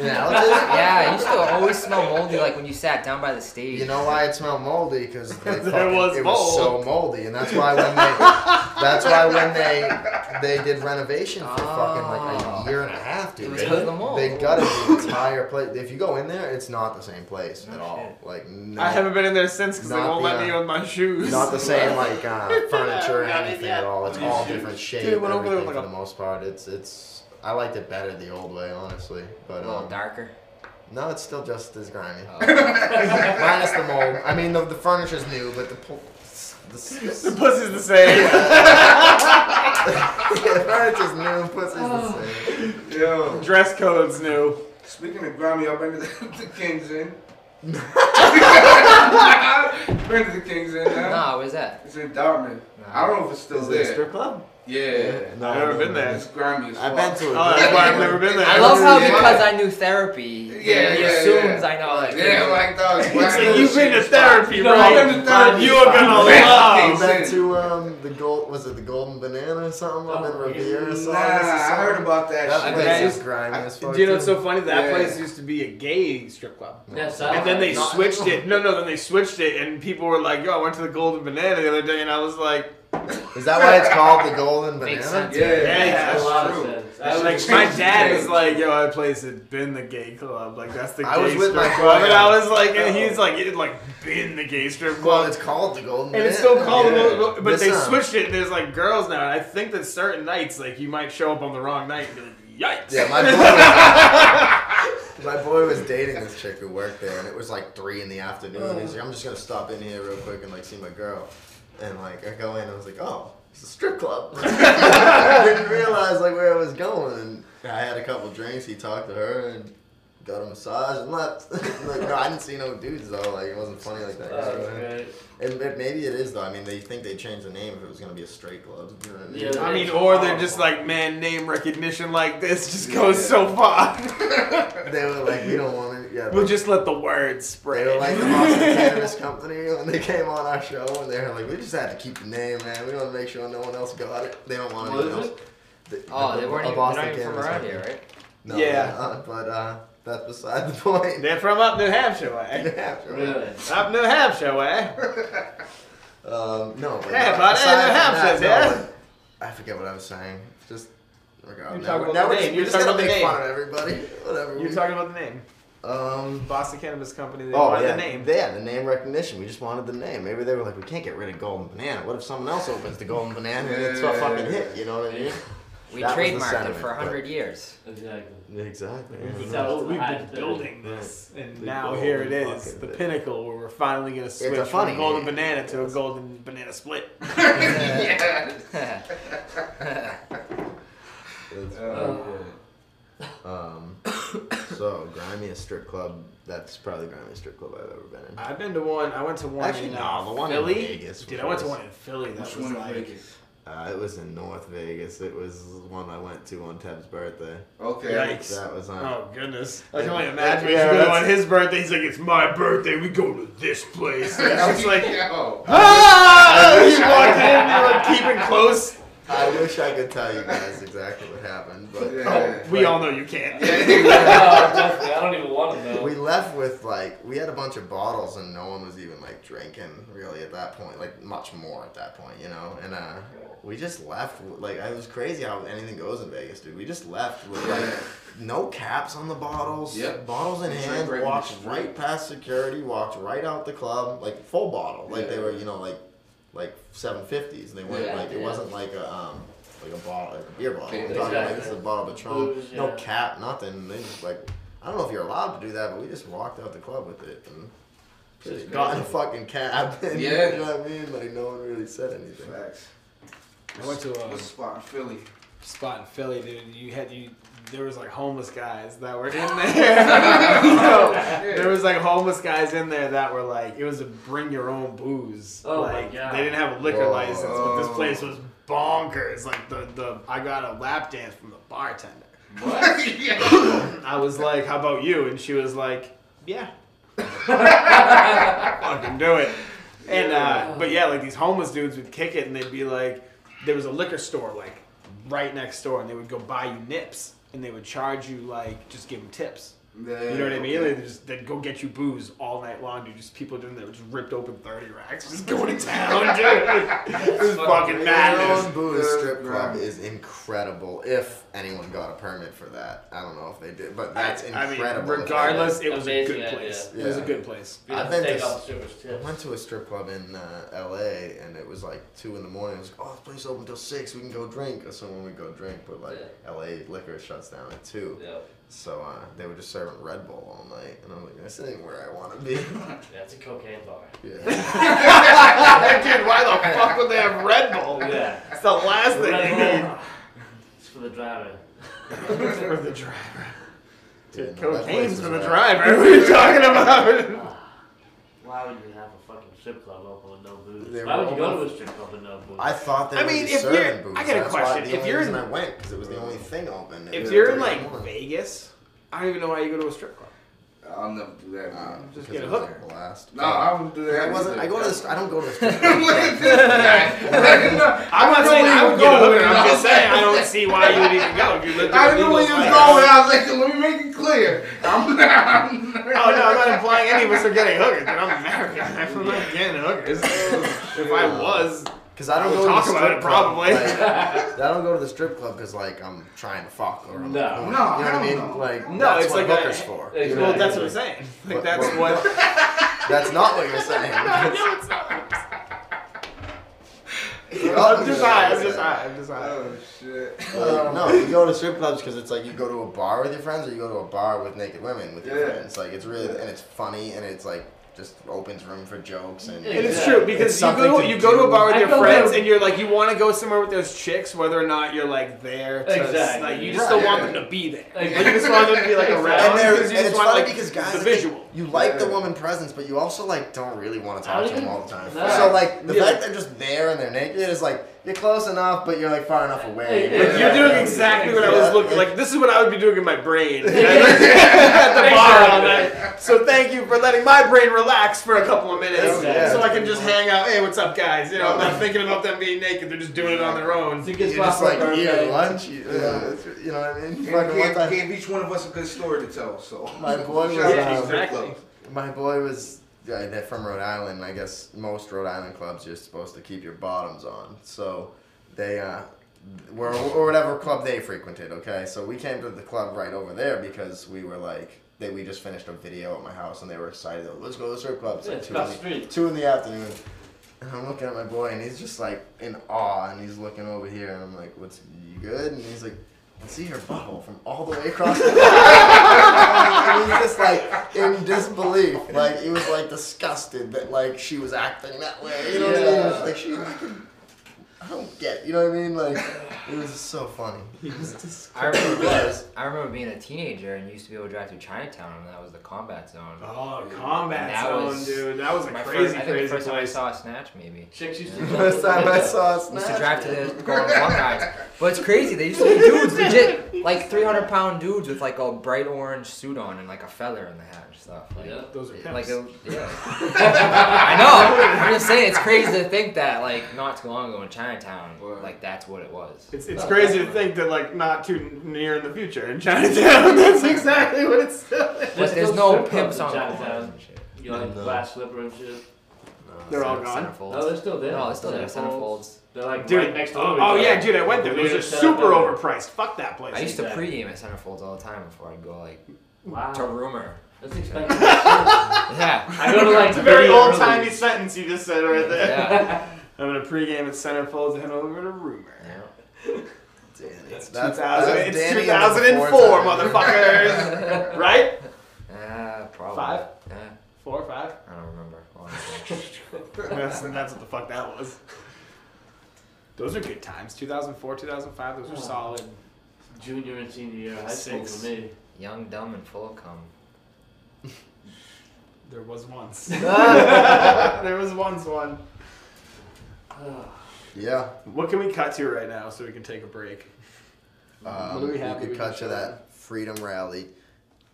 Speaker 4: Yeah, I'll just-
Speaker 5: Yeah, it used to always smell moldy like when you sat down by the stage.
Speaker 4: You know why it smelled moldy? Because
Speaker 3: There was
Speaker 4: it was
Speaker 3: mold.
Speaker 4: so moldy, and that's why when they that's why when they they did renovation for fucking like
Speaker 5: Oh.
Speaker 3: Ah.
Speaker 4: a year and a half, dude.
Speaker 5: It was
Speaker 4: they-
Speaker 5: 'cause of the mold.
Speaker 4: They gutted the entire place. If you go in there, it's not the same place at all. Like no,
Speaker 3: I haven't been in there since because they
Speaker 4: Not
Speaker 3: won't
Speaker 4: the,
Speaker 3: let me
Speaker 4: uh,
Speaker 3: with my shoes.
Speaker 4: not the same like uh, furniture or
Speaker 3: Not it
Speaker 4: anything
Speaker 3: yet.
Speaker 4: at all. It's all different shape.
Speaker 3: Dude, went over there
Speaker 4: everything
Speaker 3: with,
Speaker 4: for
Speaker 3: like,
Speaker 4: the most part, it's it's. I liked it better the old way, honestly.
Speaker 5: a
Speaker 4: But
Speaker 5: little
Speaker 4: um,
Speaker 5: darker.
Speaker 4: no, it's still just as grimy.
Speaker 3: Oh.
Speaker 5: Uh,
Speaker 4: Minus the mold. I mean, the, the furniture's new, but the pol- the,
Speaker 3: The
Speaker 4: the,
Speaker 3: pussy's the same.
Speaker 4: furniture's new, pussy's
Speaker 3: Oh.
Speaker 4: the same.
Speaker 2: Yo,
Speaker 3: Dress code's new.
Speaker 2: speaking of Grammy, I've been to the, the Kings Inn. been to the Kings Inn now.
Speaker 5: nah, where's that?
Speaker 2: It's in Dartmouth. I don't know if it's still there.
Speaker 4: club?
Speaker 2: Yeah.
Speaker 4: No,
Speaker 3: I've never been there.
Speaker 2: It's grimy as
Speaker 4: I've
Speaker 2: fuck.
Speaker 4: been to it.
Speaker 3: Oh, that's why I've never been there.
Speaker 5: I love how
Speaker 2: Yeah.
Speaker 5: because I knew therapy,
Speaker 2: Yeah,
Speaker 5: yeah, he
Speaker 2: yeah,
Speaker 5: assumes
Speaker 2: yeah.
Speaker 5: I know. Like,
Speaker 2: Yeah, like dog.
Speaker 3: It's like, you've been to therapy,
Speaker 2: No,
Speaker 3: bro.
Speaker 2: I've been to therapy.
Speaker 3: You are gonna
Speaker 2: Yeah.
Speaker 3: love.
Speaker 4: I've been to um the gold was it the golden banana or something up
Speaker 3: Oh,
Speaker 4: in Revere or something?
Speaker 2: Nah, I heard about that.
Speaker 4: that
Speaker 2: shit.
Speaker 4: place
Speaker 3: that
Speaker 4: is
Speaker 3: is-
Speaker 4: grimy as fuck.
Speaker 3: Do you know what's
Speaker 4: too.
Speaker 3: so funny? That
Speaker 2: Yeah.
Speaker 3: place used to be a gay strip club.
Speaker 7: That's
Speaker 3: And then they switched it. No, no, then they switched it, and people were like, yo, I went to the Golden Banana the other day, and I was like,
Speaker 4: Is that why it's called the golden
Speaker 5: Makes
Speaker 4: banana?
Speaker 5: sense.
Speaker 2: Yeah,
Speaker 3: Yeah,
Speaker 2: that's
Speaker 7: a lot of
Speaker 2: true.
Speaker 7: sense.
Speaker 3: I was like my dad was like, yo, that place had been the gay club. Like, that's the gay
Speaker 4: I was with
Speaker 3: strip
Speaker 4: my
Speaker 3: club.
Speaker 4: boy.
Speaker 3: And I was like, and he's like, it had like been the gay strip
Speaker 4: Well,
Speaker 3: club.
Speaker 4: it's called the golden
Speaker 3: and
Speaker 4: banana.
Speaker 3: it's still called,
Speaker 2: Yeah.
Speaker 3: the Golden- but
Speaker 4: This,
Speaker 3: they
Speaker 4: um,
Speaker 3: switched it, and there's like girls now. And I think that certain nights, like, you might show up on the wrong night and be like, yikes.
Speaker 4: Yeah, my boy. my boy was dating this chick who worked there, and it was like three in the afternoon. and He's like, "I'm just gonna stop in here real quick and like see my girl," and like I go in, I was like, "Oh, it's a strip club." I didn't realize like where I was going, and I had a couple drinks. He talked to her and got a massage and left. like, no, I didn't see no dudes though. Like, it wasn't funny like that.
Speaker 7: Uh, right.
Speaker 4: And but maybe it is though. I mean, they think they changed the name if it was gonna be a straight club. You know what I mean?
Speaker 7: Yeah.
Speaker 3: I mean, or they're just like, man, name recognition like this just goes so far.
Speaker 4: They were like, "We don't want to." Yeah.
Speaker 3: we'll
Speaker 4: they-
Speaker 3: just let the word spread.
Speaker 4: They were like the Boston Cannabis Company when they came on our show, and they were like, "We just had to keep the name, man. We want to make sure no one else got it. They don't want
Speaker 7: What
Speaker 4: anyone
Speaker 7: is
Speaker 4: else." The-
Speaker 5: Oh,
Speaker 4: the-
Speaker 5: they weren't
Speaker 4: a
Speaker 5: even,
Speaker 4: Boston
Speaker 5: they're not even from
Speaker 4: Cannabis
Speaker 5: around
Speaker 4: Company.
Speaker 5: here, right?
Speaker 4: No,
Speaker 3: Yeah.
Speaker 4: they're not, but uh, that's beside the point.
Speaker 3: They're from up New Hampshire way.
Speaker 4: Yeah,
Speaker 7: Really?
Speaker 3: up New Hampshire eh? way.
Speaker 4: um, no, but
Speaker 3: Yeah,
Speaker 4: not-
Speaker 3: but
Speaker 4: aside
Speaker 3: it
Speaker 4: from
Speaker 3: happens,
Speaker 4: that,
Speaker 3: yeah.
Speaker 4: but I forget what I was saying. Just.
Speaker 3: You
Speaker 4: Regardless.
Speaker 3: talk
Speaker 4: Now,
Speaker 3: about
Speaker 4: now
Speaker 3: the
Speaker 4: we're
Speaker 3: name.
Speaker 4: just,
Speaker 3: You
Speaker 4: we're just
Speaker 3: talk
Speaker 4: gonna
Speaker 3: about the
Speaker 4: make
Speaker 3: name.
Speaker 4: fun of everybody. Whatever.
Speaker 3: You're
Speaker 4: we-
Speaker 3: talking about the name.
Speaker 4: um,
Speaker 3: Boston Cannabis Company. They
Speaker 4: Oh
Speaker 3: wanted
Speaker 4: yeah,
Speaker 3: the name.
Speaker 4: yeah, the name recognition. We just wanted the name. Maybe they were like, we can't get rid of Golden Banana. What if someone else opens the Golden Banana and it's a fucking hit? You know what I mean?
Speaker 5: We
Speaker 4: That was the
Speaker 5: trademarked it
Speaker 4: sentiment,
Speaker 5: for
Speaker 4: but-
Speaker 5: 100 years.
Speaker 7: Exactly.
Speaker 4: Exactly.
Speaker 7: So
Speaker 3: Oh, We've been
Speaker 7: high.
Speaker 3: building this, and
Speaker 4: They
Speaker 3: now
Speaker 4: build
Speaker 3: here it
Speaker 4: the
Speaker 3: is,
Speaker 4: fucking
Speaker 3: the
Speaker 4: bit.
Speaker 3: pinnacle where we're finally gonna switch
Speaker 4: a
Speaker 3: from
Speaker 4: funny
Speaker 3: golden
Speaker 4: name.
Speaker 3: banana to a golden banana split.
Speaker 4: Um, so grimiest strip club. That's probably the grimiest strip club I've ever been in.
Speaker 3: I've been to one. I went to one
Speaker 4: Actually,
Speaker 3: in
Speaker 4: no, the one in
Speaker 3: Philly.
Speaker 4: Vegas was
Speaker 3: Dude, I went to
Speaker 4: worse.
Speaker 3: one in Philly. That
Speaker 2: Which
Speaker 3: was
Speaker 2: one in
Speaker 3: like,
Speaker 2: Vegas?
Speaker 4: Uh, it was in North Vegas. It was one I went to on Teb's birthday.
Speaker 2: Okay.
Speaker 3: yikes.
Speaker 4: That was on.
Speaker 3: Oh goodness! I can only imagine.
Speaker 4: Yeah,
Speaker 3: he's going
Speaker 4: that's-
Speaker 3: on his birthday. He's like, "It's my birthday. We go to this place." And it's just like,
Speaker 2: Yo.
Speaker 3: ah! He walked in. They were keeping close.
Speaker 4: I wish I could tell you guys exactly what
Speaker 3: no, you can't.
Speaker 7: definitely. I don't even want to know.
Speaker 4: We left with like we had a bunch of bottles and no one was even like drinking really at that point, like much more at that point, you know. And uh, we just left like it was crazy how anything goes in Vegas, dude. We just left with like no caps on the bottles,
Speaker 2: Yep.
Speaker 4: bottles in
Speaker 2: Drink
Speaker 4: hand,
Speaker 2: right in the
Speaker 4: walked
Speaker 2: street.
Speaker 4: right past security, walked right out the club, like full bottle, like they
Speaker 2: Yeah.
Speaker 4: were you know like like seven fifties. They weren't
Speaker 5: Yeah,
Speaker 4: like it
Speaker 5: yeah.
Speaker 4: wasn't like a um. Like a bottle, like a beer bottle.
Speaker 5: Okay,
Speaker 4: We're talking like
Speaker 7: exactly.
Speaker 4: this is a bottle of Patron.
Speaker 7: Booze,
Speaker 4: No
Speaker 7: yeah.
Speaker 4: cap, nothing. They just like I don't know if you're allowed to do that, but we just walked out the club with it and
Speaker 7: Just
Speaker 4: got in a
Speaker 7: go.
Speaker 4: fucking cab. And,
Speaker 2: Yeah.
Speaker 4: you know what I mean? Like no one really said anything.
Speaker 9: Facts.
Speaker 3: I went to uh, a
Speaker 2: What's the spot in Philly?
Speaker 3: spot in Philly, dude. You had you. There was like homeless guys that were in there. Yo, there was like homeless guys in there that were like, it was a bring your own booze.
Speaker 7: Oh my
Speaker 3: like,
Speaker 7: God.
Speaker 3: They didn't have a liquor
Speaker 4: Whoa.
Speaker 3: license, but this place was bonkers. Like the the I got a lap dance from the bartender. I was like, "How about you?" And she was like, "Yeah, fucking do it." And uh, but yeah, like these homeless dudes would kick it, and they'd be like, there was a liquor store like right next door, and they would go buy you nips, and they would charge you like just give them tips. You know what I mean? Like, they just they'd go get you booze all night long, dude. Just people doing that just ripped open thirty racks, just going to town, dude. It was fucking
Speaker 4: Their
Speaker 3: madness.
Speaker 4: own booze
Speaker 2: Yeah,
Speaker 4: strip club
Speaker 2: yeah.
Speaker 4: is incredible. If anyone got a permit for that, I don't know if they did, but that's
Speaker 3: I
Speaker 4: incredible.
Speaker 3: mean,
Speaker 4: if they did.
Speaker 3: regardless, it was a
Speaker 7: Amazing
Speaker 3: good
Speaker 7: idea.
Speaker 3: place. It was a
Speaker 4: Yeah.
Speaker 3: good place.
Speaker 7: You
Speaker 4: I've
Speaker 7: have
Speaker 4: been
Speaker 7: to take
Speaker 4: to
Speaker 7: out
Speaker 4: s-
Speaker 7: the strippers'
Speaker 4: I
Speaker 7: tips.
Speaker 4: went to a strip club in uh, L.A. and it was like two in the morning. It was like, oh, this place open till six. We can go drink. So when we go drink, but like L.A. liquor shuts down at two.
Speaker 7: Yeah,
Speaker 4: So uh, they were just serving Red Bull all night, and I'm like, this ain't where I want to be.
Speaker 7: that's a cocaine bar.
Speaker 4: yeah.
Speaker 3: Dude, why the fuck would they have Red Bull?
Speaker 7: Yeah.
Speaker 3: It's the last thing you need
Speaker 7: It's for the driver.
Speaker 3: for the driver.
Speaker 4: Dude, no, that place
Speaker 3: Cocaine's
Speaker 4: was
Speaker 3: for the
Speaker 4: rad.
Speaker 3: driver. What are you talking about?
Speaker 7: Why would you have a fucking strip club open with no
Speaker 4: They
Speaker 7: booze? Why
Speaker 4: were
Speaker 7: would you go
Speaker 4: all-
Speaker 7: to a strip club with no booze?
Speaker 4: I thought they
Speaker 3: I
Speaker 4: were
Speaker 3: mean,
Speaker 4: just
Speaker 3: if you're-
Speaker 4: serving booze.
Speaker 3: I got a
Speaker 4: That's why-
Speaker 3: question.
Speaker 4: The
Speaker 3: If
Speaker 4: only
Speaker 3: you're
Speaker 4: reason
Speaker 3: in-
Speaker 4: I went because it was the only thing open. It
Speaker 3: If
Speaker 4: was
Speaker 3: you're in
Speaker 4: three the
Speaker 3: like
Speaker 4: morning.
Speaker 3: Vegas, I don't even know why you go to a strip club.
Speaker 2: I'll never do that.
Speaker 4: Uh,
Speaker 2: man.
Speaker 3: Just
Speaker 4: because
Speaker 3: get a
Speaker 4: it was,
Speaker 3: hooker.
Speaker 4: like, blast.
Speaker 2: no, I wouldn't do that.
Speaker 4: I wasn't. I go to the. str- I don't go to the. strip club.
Speaker 3: I'm not saying I would go to
Speaker 2: going.
Speaker 3: it. I'm just saying I don't see why you would even go. If you lived
Speaker 2: I
Speaker 3: an
Speaker 2: didn't know where you
Speaker 3: illegal
Speaker 2: was
Speaker 3: life.
Speaker 2: going. I was like, let me make it clear. I'm
Speaker 3: Oh no, I'm not implying any of us are getting hookers, but I'm American. I'm not getting hookers. If I was,
Speaker 4: Because I don't
Speaker 3: We'll
Speaker 4: go
Speaker 3: talk
Speaker 4: to the
Speaker 3: about
Speaker 4: strip
Speaker 3: it,
Speaker 4: club,
Speaker 3: probably.
Speaker 4: like, I don't go to the strip club because like I'm trying to fuck or I'm
Speaker 7: No.
Speaker 4: like, horny, you
Speaker 2: No,
Speaker 4: know what I
Speaker 2: hell
Speaker 4: mean?
Speaker 2: no.
Speaker 4: Like
Speaker 3: No,
Speaker 4: that's
Speaker 3: it's
Speaker 4: what
Speaker 3: like a-
Speaker 4: hookers for.
Speaker 7: Exactly.
Speaker 3: well, that's what I'm saying. Like
Speaker 4: But-
Speaker 3: that's
Speaker 4: but-
Speaker 3: what.
Speaker 4: That's not what you're saying.
Speaker 3: No, it's not.
Speaker 4: You're
Speaker 3: I'm just high. I'm
Speaker 4: saying.
Speaker 3: just high. I'm just high.
Speaker 2: Oh shit.
Speaker 4: Like,
Speaker 3: Um,
Speaker 4: no, you go to strip clubs because it's like you go to a bar with your friends, or you go to a bar with naked women with your
Speaker 2: Yeah.
Speaker 4: friends. Like it's really and it's funny and it's like just opens room for jokes and.
Speaker 7: Yeah.
Speaker 3: And it's
Speaker 7: Yeah.
Speaker 3: true because
Speaker 4: It's
Speaker 3: you
Speaker 4: something
Speaker 3: go
Speaker 4: to
Speaker 3: you go to a
Speaker 4: do.
Speaker 3: bar with
Speaker 7: I
Speaker 3: your
Speaker 7: go
Speaker 3: friends
Speaker 7: there-
Speaker 3: and you're like you want to go somewhere with those chicks whether or not you're like there to
Speaker 7: Exactly.
Speaker 3: like you just
Speaker 4: Right.
Speaker 3: don't want them to be there.
Speaker 7: Exactly.
Speaker 3: Like, you just want them to be like around
Speaker 4: And, they're,
Speaker 3: because
Speaker 4: and
Speaker 3: you just
Speaker 4: it's
Speaker 3: want
Speaker 4: funny
Speaker 3: like
Speaker 4: because guys,
Speaker 3: the visual.
Speaker 4: you like the
Speaker 2: Yeah.
Speaker 4: woman presence, but you also like don't really want to
Speaker 7: I
Speaker 4: talk
Speaker 7: don't
Speaker 4: to them
Speaker 7: even-
Speaker 4: all the time.
Speaker 7: No.
Speaker 4: So like the
Speaker 3: Yeah.
Speaker 4: fact they're just there and they're naked is like you're close enough, but you're like far enough away.
Speaker 7: Yeah.
Speaker 3: Like, you're doing exactly what I was
Speaker 4: Yeah.
Speaker 3: looking like. This is what I would be doing in my brain at the bar all night. So thank you for letting my brain relax for a couple of minutes,
Speaker 4: Yeah.
Speaker 3: so I can just hang out. Hey, what's up, guys? You know, I'm not thinking about them being naked. They're just doing it on their own.
Speaker 5: You're
Speaker 4: You're just like you had lunch. You, uh, you know what I mean?
Speaker 2: And
Speaker 4: Fucking one
Speaker 2: gave,
Speaker 4: time-
Speaker 2: gave each one of us a good story to tell. So
Speaker 4: My boy was,
Speaker 2: Shout out to
Speaker 4: um,
Speaker 2: the strip
Speaker 3: Exactly.
Speaker 2: club.
Speaker 4: My boy was uh, they're from Rhode Island. and I guess most Rhode Island clubs you're supposed to keep your bottoms on. So they uh, were or whatever club they frequented. Okay, so we came to the club right over there because we were like they we just finished a video at my house and they were excited. Like, Let's go to the strip club. It's
Speaker 7: Yeah,
Speaker 4: like
Speaker 7: it's across
Speaker 4: two, in
Speaker 7: the
Speaker 4: the,
Speaker 7: street.
Speaker 4: two in the afternoon. And I'm looking at my boy and he's just like in awe and he's looking over here and I'm like, "What's you good?" And he's like. I see her butthole from all the way across the he was just like in disbelief. Like he was like disgusted that like she was acting that way. You know what I mean? It was like she I can- I don't get you know what I mean? Like it was just so funny. He was just
Speaker 5: I remember,
Speaker 4: was.
Speaker 5: I remember being a teenager and you used to be able to drive through Chinatown and that was the combat zone.
Speaker 3: Oh, combat
Speaker 5: That
Speaker 3: zone,
Speaker 5: was-
Speaker 3: dude. That was a
Speaker 5: my
Speaker 3: crazy,
Speaker 5: first, I think
Speaker 3: crazy
Speaker 5: the first
Speaker 3: place.
Speaker 5: time I saw a snatch maybe.
Speaker 7: Chicks used to.
Speaker 4: First time I saw a
Speaker 5: We used
Speaker 4: snatch.
Speaker 5: to drive to the Golden Buckeyes. But it's crazy. They used to be dudes, legit, like 300 pound dudes with like a bright orange suit on and like a feather in the hat and stuff. Like,
Speaker 7: Yeah.
Speaker 3: Those are pimps.
Speaker 5: like it, yeah. I know. I'm just saying, it's crazy to think that like not too long ago in China Chinatown, like that's what it was.
Speaker 3: It's, it's crazy to think that like not too near in the future in Chinatown. That's exactly what it's.
Speaker 5: But there's no pimps on the corners
Speaker 7: Chinatown.
Speaker 5: and shit.
Speaker 7: You know, like
Speaker 4: No.
Speaker 7: glass slipper and shit.
Speaker 3: They're all gone.
Speaker 5: Centerfolds.
Speaker 7: No, they're still there.
Speaker 5: No, they're still there. Uh, Oh, Centerfolds.
Speaker 7: They're like
Speaker 3: Dude,
Speaker 7: right next to
Speaker 3: oh,
Speaker 7: Obi's,
Speaker 3: oh
Speaker 7: right?
Speaker 3: yeah, dude, I went there.
Speaker 7: They
Speaker 3: Those are
Speaker 7: just set
Speaker 3: super
Speaker 7: up there.
Speaker 3: overpriced. Fuck that place.
Speaker 5: I used to
Speaker 7: that.
Speaker 5: pregame at Centerfolds all the time before I'd go like to
Speaker 7: Wow,
Speaker 5: rumor.
Speaker 7: that's expensive. I
Speaker 5: Yeah.
Speaker 7: go to like
Speaker 3: It's a very
Speaker 7: video
Speaker 3: old timey
Speaker 7: release.
Speaker 3: sentence you just said right there.
Speaker 5: yeah.
Speaker 3: I'm gonna pregame at centerfolds and head over to rumor.
Speaker 5: yeah.
Speaker 4: That's, that's,
Speaker 3: 2000,
Speaker 4: that's
Speaker 3: it's
Speaker 4: Danny and the
Speaker 3: 2004,
Speaker 4: four times.
Speaker 3: motherfuckers. right?
Speaker 5: Uh, probably.
Speaker 3: Five?
Speaker 5: Yeah,
Speaker 3: Four or five?
Speaker 5: I don't remember. honestly.
Speaker 3: That's, that's what the fuck that was. Those are good times. 2004, 2005. Those were solid.
Speaker 7: Junior and senior year of high school
Speaker 3: Six.
Speaker 7: for me.
Speaker 5: Young, dumb, and full of cum.
Speaker 3: There was once. there was once one.
Speaker 4: Yeah.
Speaker 3: What can we cut to right now so we can take a break?
Speaker 4: Um,
Speaker 3: do we have that
Speaker 4: You
Speaker 3: we
Speaker 4: could
Speaker 3: can
Speaker 4: cut
Speaker 3: show
Speaker 4: to that Freedom Rally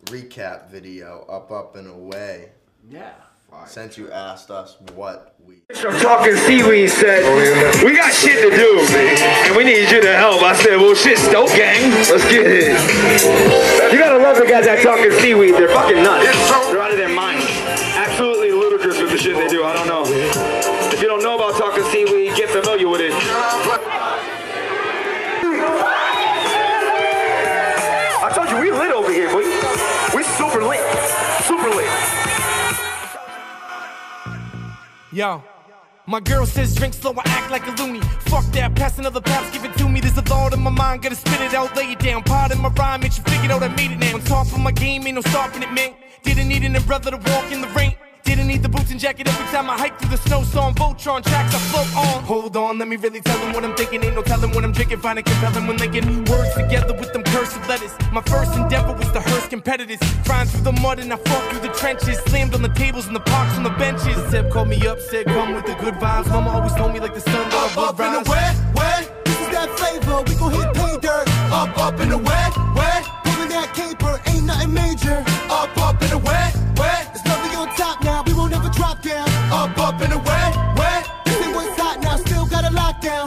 Speaker 4: recap video, Up, Up, and Away,
Speaker 3: Yeah.
Speaker 4: since you asked us what we.
Speaker 6: I'm talking seaweed said, we got shit to do, and we need you to help. I said, well, shit, Stoke Gang, let's get it. You gotta love the guys that talking seaweed. They're fucking nuts. They're out of their mind. Absolutely ludicrous with the shit they do. I don't know. If you don't know about talking seaweed, get familiar with it. I told you we lit over here, boy. We're super lit. Super lit.
Speaker 11: Yo. My girl says drink slow, I act like a loony. Fuck that, pass another paps, give it to me. There's a thought in my mind, gotta spit it out, lay it down. Part of my rhyme, it you figured out I made it now. On top of my game, ain't no stopping it, man. Didn't need an umbrella to walk in the rain. Didn't need the boots and jacket every time I hike through the snow. So I'm Voltron tracks, I float on. Hold on, let me really tell them what I'm thinking. Ain't no telling what I'm drinking. Find it compelling when they get words together with them cursive letters. My first endeavor was to hearse competitors. Grind through the mud and I fought through the trenches. Slammed on the tables and the parks on the benches. The Zeb called me up, said come with the good vibes. Mama always told me like the sun that I would rise.
Speaker 12: This is that flavor, we gon' hit pay dirt. Up, up in the wet, wet. Pulling that caper, ain't nothing major. Up, up in the wet, wet. There's nothing on top now, we won't ever drop down. Up, up in the wet, wet. This ain't what's hot now, still got a lockdown.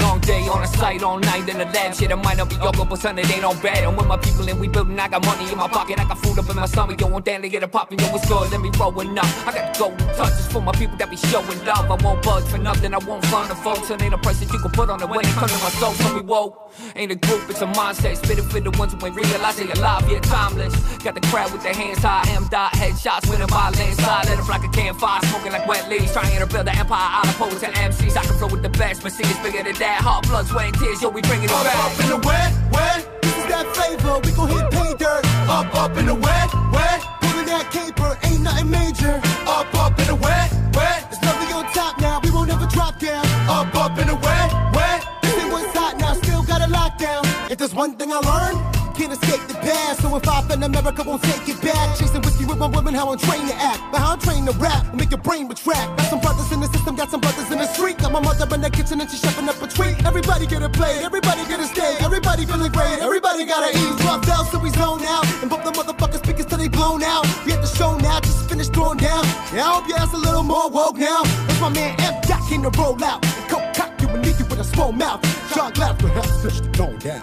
Speaker 11: Long day on a site, all night in the lab. Shit, I might not be up, but son, it ain't all bad. I'm with my people and we building. I got money in my pocket, I got food up in my stomach. Yo, I'm down to get it poppin'. Yo, it's good, let me rollin' up. I got golden touches for my people that be showing love. I won't budge for nothing, I won't find a fault. Son, ain't a price that you can put on it when it comes to my soul. So we woke. Ain't a group, it's a mindset. Spit it for the ones who ain't realize they alive, yeah, timeless. Got the crowd with their hands high, M dot headshots, winning by landslide. Let 'em like a campfire, smoking like wet leaves. Trying to build an empire out of poets and MCs. I can flow with the best, but see, it's bigger than that. Hot blood, sweat, and tears, yo, we bringing it
Speaker 12: Up,
Speaker 11: back.
Speaker 12: up in the wet, wet. This is that flavor, we gon' hit pay dirt. Up, up in the wet, wet. Pulling that caper, ain't nothing major. Up, up in the wet, wet. There's nothing on top now, we won't ever drop down. Up, up in the wet, wet. This ain't what's hot now, still got a lockdown. If there's one thing I learned, can't escape the past. So if I offend America, won't take it back. Chasing whiskey with my women, how I'm trained to act. But how I'm trained to rap, make your brain retract. Got some brothers in the system, got some brothers in the street. Got my mother in the kitchen and she's shoving up a treat. Everybody get a plate, everybody get a steak. Everybody feeling great, everybody gotta eat. Dropped out, so we zone out. And both the motherfuckers speakers till they blown out. We at the show now, just finished throwing down. Yeah, I hope your ass a little more woke now. That's my man F. Doc in the roll out. And coke cock you and leave you with a small mouth. Jog left, perhaps fish the tone down.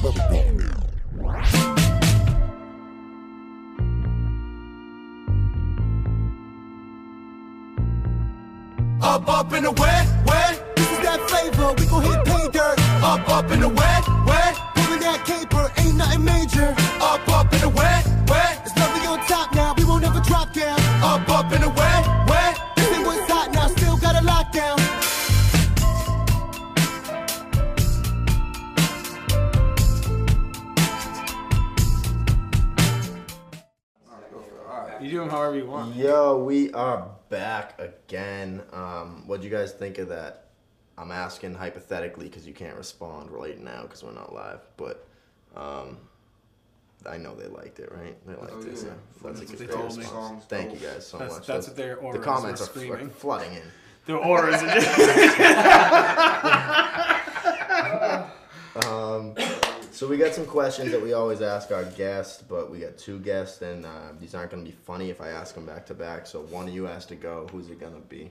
Speaker 12: Where we going now? Up, up in the wet, wet. This is that flavor, we gon' hit pay dirt. Up, up in the wet, wet. Pulling that caper, ain't nothing major. Up, up in the wet, wet. There's nothing on top now, we won't ever drop down. Up, up in the wet, wet. This ain't what's hot now, still got a lockdown.
Speaker 3: You do them however you want.
Speaker 4: Yo, we are back again. Um, what do you guys think of that? I'm asking hypothetically because you can't respond right now because we're not live. But um, I know they liked it, right? They liked
Speaker 2: Oh,
Speaker 4: it.
Speaker 2: yeah.
Speaker 4: So that's a
Speaker 3: what they
Speaker 4: good
Speaker 3: told me.
Speaker 4: response. Thank you guys so
Speaker 3: That's-
Speaker 4: much.
Speaker 3: that's what their
Speaker 4: The
Speaker 3: auras
Speaker 4: comments
Speaker 3: were
Speaker 4: are fl-
Speaker 3: screaming.
Speaker 4: flooding in.
Speaker 3: The auras. Are just,
Speaker 4: So we got some questions that we always ask our guests, but we got two guests, and uh, these aren't going to be funny if I ask them back to back. So one of you has to go. Who's it going to be?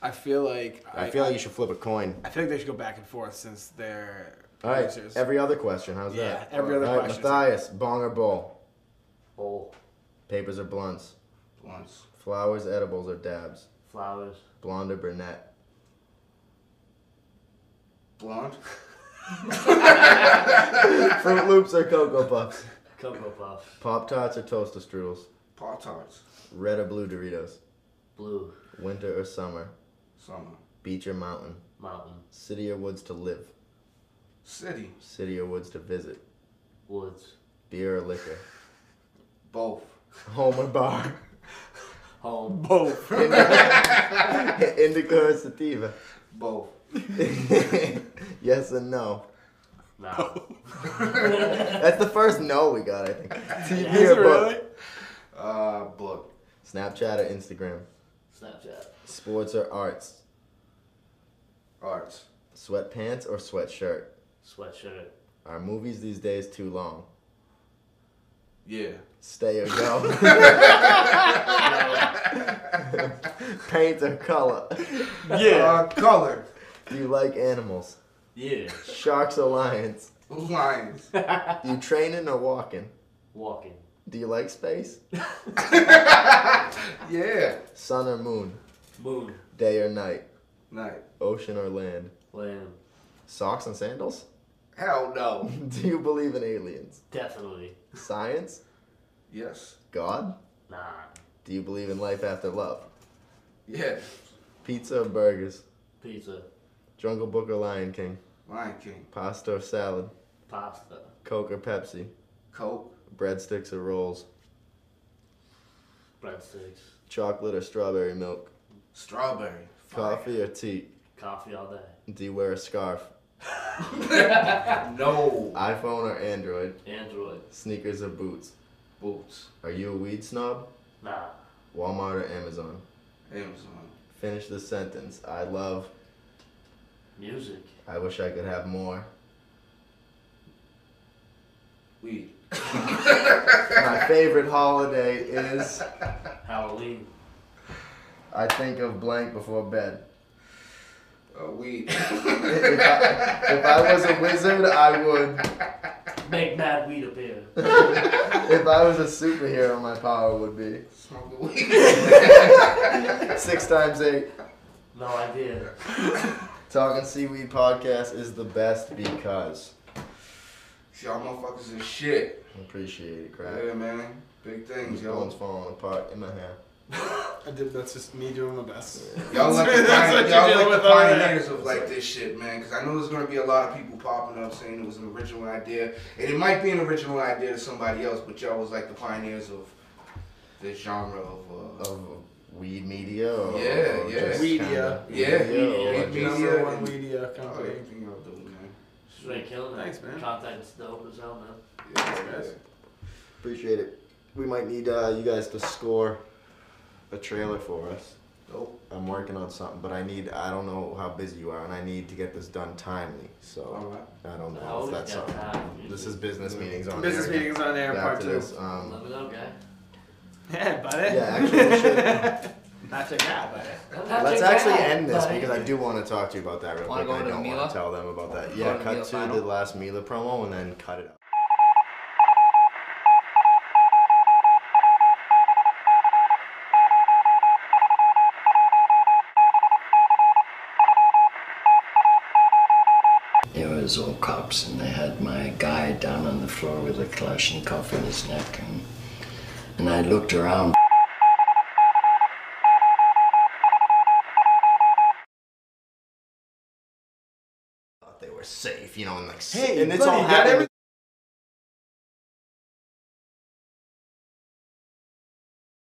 Speaker 3: I feel like
Speaker 4: I feel like you should flip a coin.
Speaker 3: I feel like they should go back and forth since they're
Speaker 4: All right,
Speaker 3: producers.
Speaker 4: every other question. How's
Speaker 3: Yeah,
Speaker 4: that?
Speaker 3: every other question.
Speaker 4: Matthias, bong or bowl?
Speaker 7: Bowl.
Speaker 4: Papers or blunts?
Speaker 2: Blunts.
Speaker 4: Flowers, edibles, or dabs?
Speaker 7: Flowers.
Speaker 4: Blonde or brunette?
Speaker 2: Blonde.
Speaker 4: Fruit Loops or Cocoa Puffs?
Speaker 7: Cocoa Puffs.
Speaker 4: Pop Tarts or Toaster Strudels?
Speaker 2: Pop Tarts.
Speaker 4: Red or blue Doritos?
Speaker 7: Blue.
Speaker 4: Winter or summer?
Speaker 2: Summer.
Speaker 4: Beach or mountain?
Speaker 7: Mountain.
Speaker 4: City or woods to live?
Speaker 2: City.
Speaker 4: City or woods to visit?
Speaker 7: Woods.
Speaker 4: Beer or liquor?
Speaker 2: Both.
Speaker 4: Home or bar?
Speaker 7: Home.
Speaker 3: Both.
Speaker 4: Indica Indica or sativa?
Speaker 2: Both.
Speaker 4: yes and no.
Speaker 7: No.
Speaker 4: That's the first no we got, I think. TV
Speaker 2: Is
Speaker 4: or
Speaker 2: it
Speaker 4: book?
Speaker 2: really? Uh, book.
Speaker 4: Snapchat or Instagram?
Speaker 7: Snapchat.
Speaker 4: Sports or arts?
Speaker 2: Arts.
Speaker 4: Sweatpants or sweatshirt?
Speaker 7: Sweatshirt.
Speaker 4: Are movies these days too long?
Speaker 2: Yeah.
Speaker 4: Stay or go? Paint or color?
Speaker 2: Yeah. Uh, color.
Speaker 4: Do you like animals?
Speaker 7: Yeah.
Speaker 4: Sharks or lions?
Speaker 2: Lions.
Speaker 4: You training or walking?
Speaker 7: Walking.
Speaker 4: Do you like space?
Speaker 2: Yeah.
Speaker 4: Sun or moon?
Speaker 7: Moon.
Speaker 4: Day or night?
Speaker 2: Night.
Speaker 4: Ocean or land?
Speaker 7: Land.
Speaker 4: Socks and sandals?
Speaker 2: Hell no.
Speaker 4: Do you believe in aliens?
Speaker 7: Definitely.
Speaker 4: Science?
Speaker 2: Yes.
Speaker 4: God?
Speaker 7: Nah.
Speaker 4: Do you believe in life after love?
Speaker 2: Yeah.
Speaker 4: Pizza or burgers?
Speaker 7: Pizza.
Speaker 4: Jungle Book or Lion King?
Speaker 2: Lion King.
Speaker 4: Pasta or salad?
Speaker 7: Pasta.
Speaker 4: Coke or Pepsi?
Speaker 2: Coke.
Speaker 4: Breadsticks or rolls?
Speaker 7: Breadsticks.
Speaker 4: Chocolate or strawberry milk?
Speaker 2: Strawberry.
Speaker 4: Coffee or tea?
Speaker 7: Coffee all day.
Speaker 4: Do you wear a scarf?
Speaker 2: No.
Speaker 4: iPhone or Android?
Speaker 7: Android.
Speaker 4: Sneakers or boots?
Speaker 2: Boots.
Speaker 4: Are you a weed snob?
Speaker 7: Nah.
Speaker 4: Walmart or Amazon?
Speaker 2: Amazon.
Speaker 4: Finish the sentence. I love.
Speaker 7: Music.
Speaker 4: I wish I could have more.
Speaker 2: Weed.
Speaker 4: My favorite holiday is.
Speaker 7: Halloween.
Speaker 4: I think of blank before bed.
Speaker 2: Uh, weed.
Speaker 4: If I, if I was a wizard, I would.
Speaker 7: Make mad weed appear.
Speaker 4: If I was a superhero, my power would be
Speaker 2: Smoke the weed.
Speaker 4: six times eight.
Speaker 7: No idea.
Speaker 4: Talking seaweed podcast is the best because
Speaker 2: Y'all motherfuckers is shit.
Speaker 4: appreciate it, crap.
Speaker 2: Yeah, man. Big
Speaker 4: These
Speaker 2: things, y'all.
Speaker 4: bones falling apart in my hair.
Speaker 3: I did, that's just me doing my best.
Speaker 2: Y'all like the,
Speaker 3: That's what you're
Speaker 2: pioneer, y'all
Speaker 3: dealing
Speaker 2: like
Speaker 3: with
Speaker 2: the
Speaker 3: over there.
Speaker 2: pioneers of like this shit, man. Because I know there's gonna be a lot of people popping up saying it was an original idea, and it might be an original idea to somebody else, but y'all was like the pioneers of this genre of. Uh,
Speaker 4: Of weed media. Or,
Speaker 2: Yeah,
Speaker 4: or
Speaker 2: yeah.
Speaker 4: just
Speaker 3: Weedia.
Speaker 4: kinda-
Speaker 2: yeah,
Speaker 4: or
Speaker 2: yeah,
Speaker 4: just-
Speaker 2: media,
Speaker 3: Number one
Speaker 2: and-
Speaker 3: media
Speaker 2: Oh,
Speaker 3: company.
Speaker 2: everything y'all doing, man.
Speaker 7: Straight killing it.
Speaker 3: Thanks, man.
Speaker 7: Contact is dope as hell, man.
Speaker 2: Yeah,
Speaker 4: Oh,
Speaker 3: Yes.
Speaker 4: Appreciate it. We might need uh, you guys to score a trailer for us.
Speaker 2: Dope.
Speaker 4: I'm working on something, but I need, I don't know how busy you are, and I need to get this done timely.
Speaker 2: All
Speaker 4: So
Speaker 2: right.
Speaker 4: I don't
Speaker 7: I
Speaker 4: know if
Speaker 7: always
Speaker 4: that's
Speaker 7: got
Speaker 4: something.
Speaker 7: time.
Speaker 4: This is business meetings on
Speaker 3: Business
Speaker 4: air.
Speaker 3: meetings on air,
Speaker 4: Back
Speaker 3: part
Speaker 4: to
Speaker 3: two.
Speaker 4: this, um,
Speaker 7: Let me know, guy.
Speaker 3: Yeah, buddy.
Speaker 4: yeah, actually, we should,
Speaker 3: Not check out, buddy.
Speaker 4: let's actually end this because I do want to talk to you about that real
Speaker 5: Wanna
Speaker 4: quick.
Speaker 5: go
Speaker 4: I
Speaker 5: into
Speaker 4: don't want
Speaker 5: Mila?
Speaker 4: to tell them about that.
Speaker 5: Go
Speaker 4: Yeah,
Speaker 5: into
Speaker 4: cut
Speaker 5: Mila
Speaker 4: to
Speaker 5: final?
Speaker 4: the last Mila promo and then cut it out.
Speaker 8: It was all cops, and they had my guy down on the floor with a Kalashnikov in his neck, and, and I looked around.
Speaker 4: Thought they were safe, you know, and like,
Speaker 3: Hey,
Speaker 4: and it's
Speaker 3: buddy,
Speaker 4: all
Speaker 3: got
Speaker 4: happening.
Speaker 3: everything?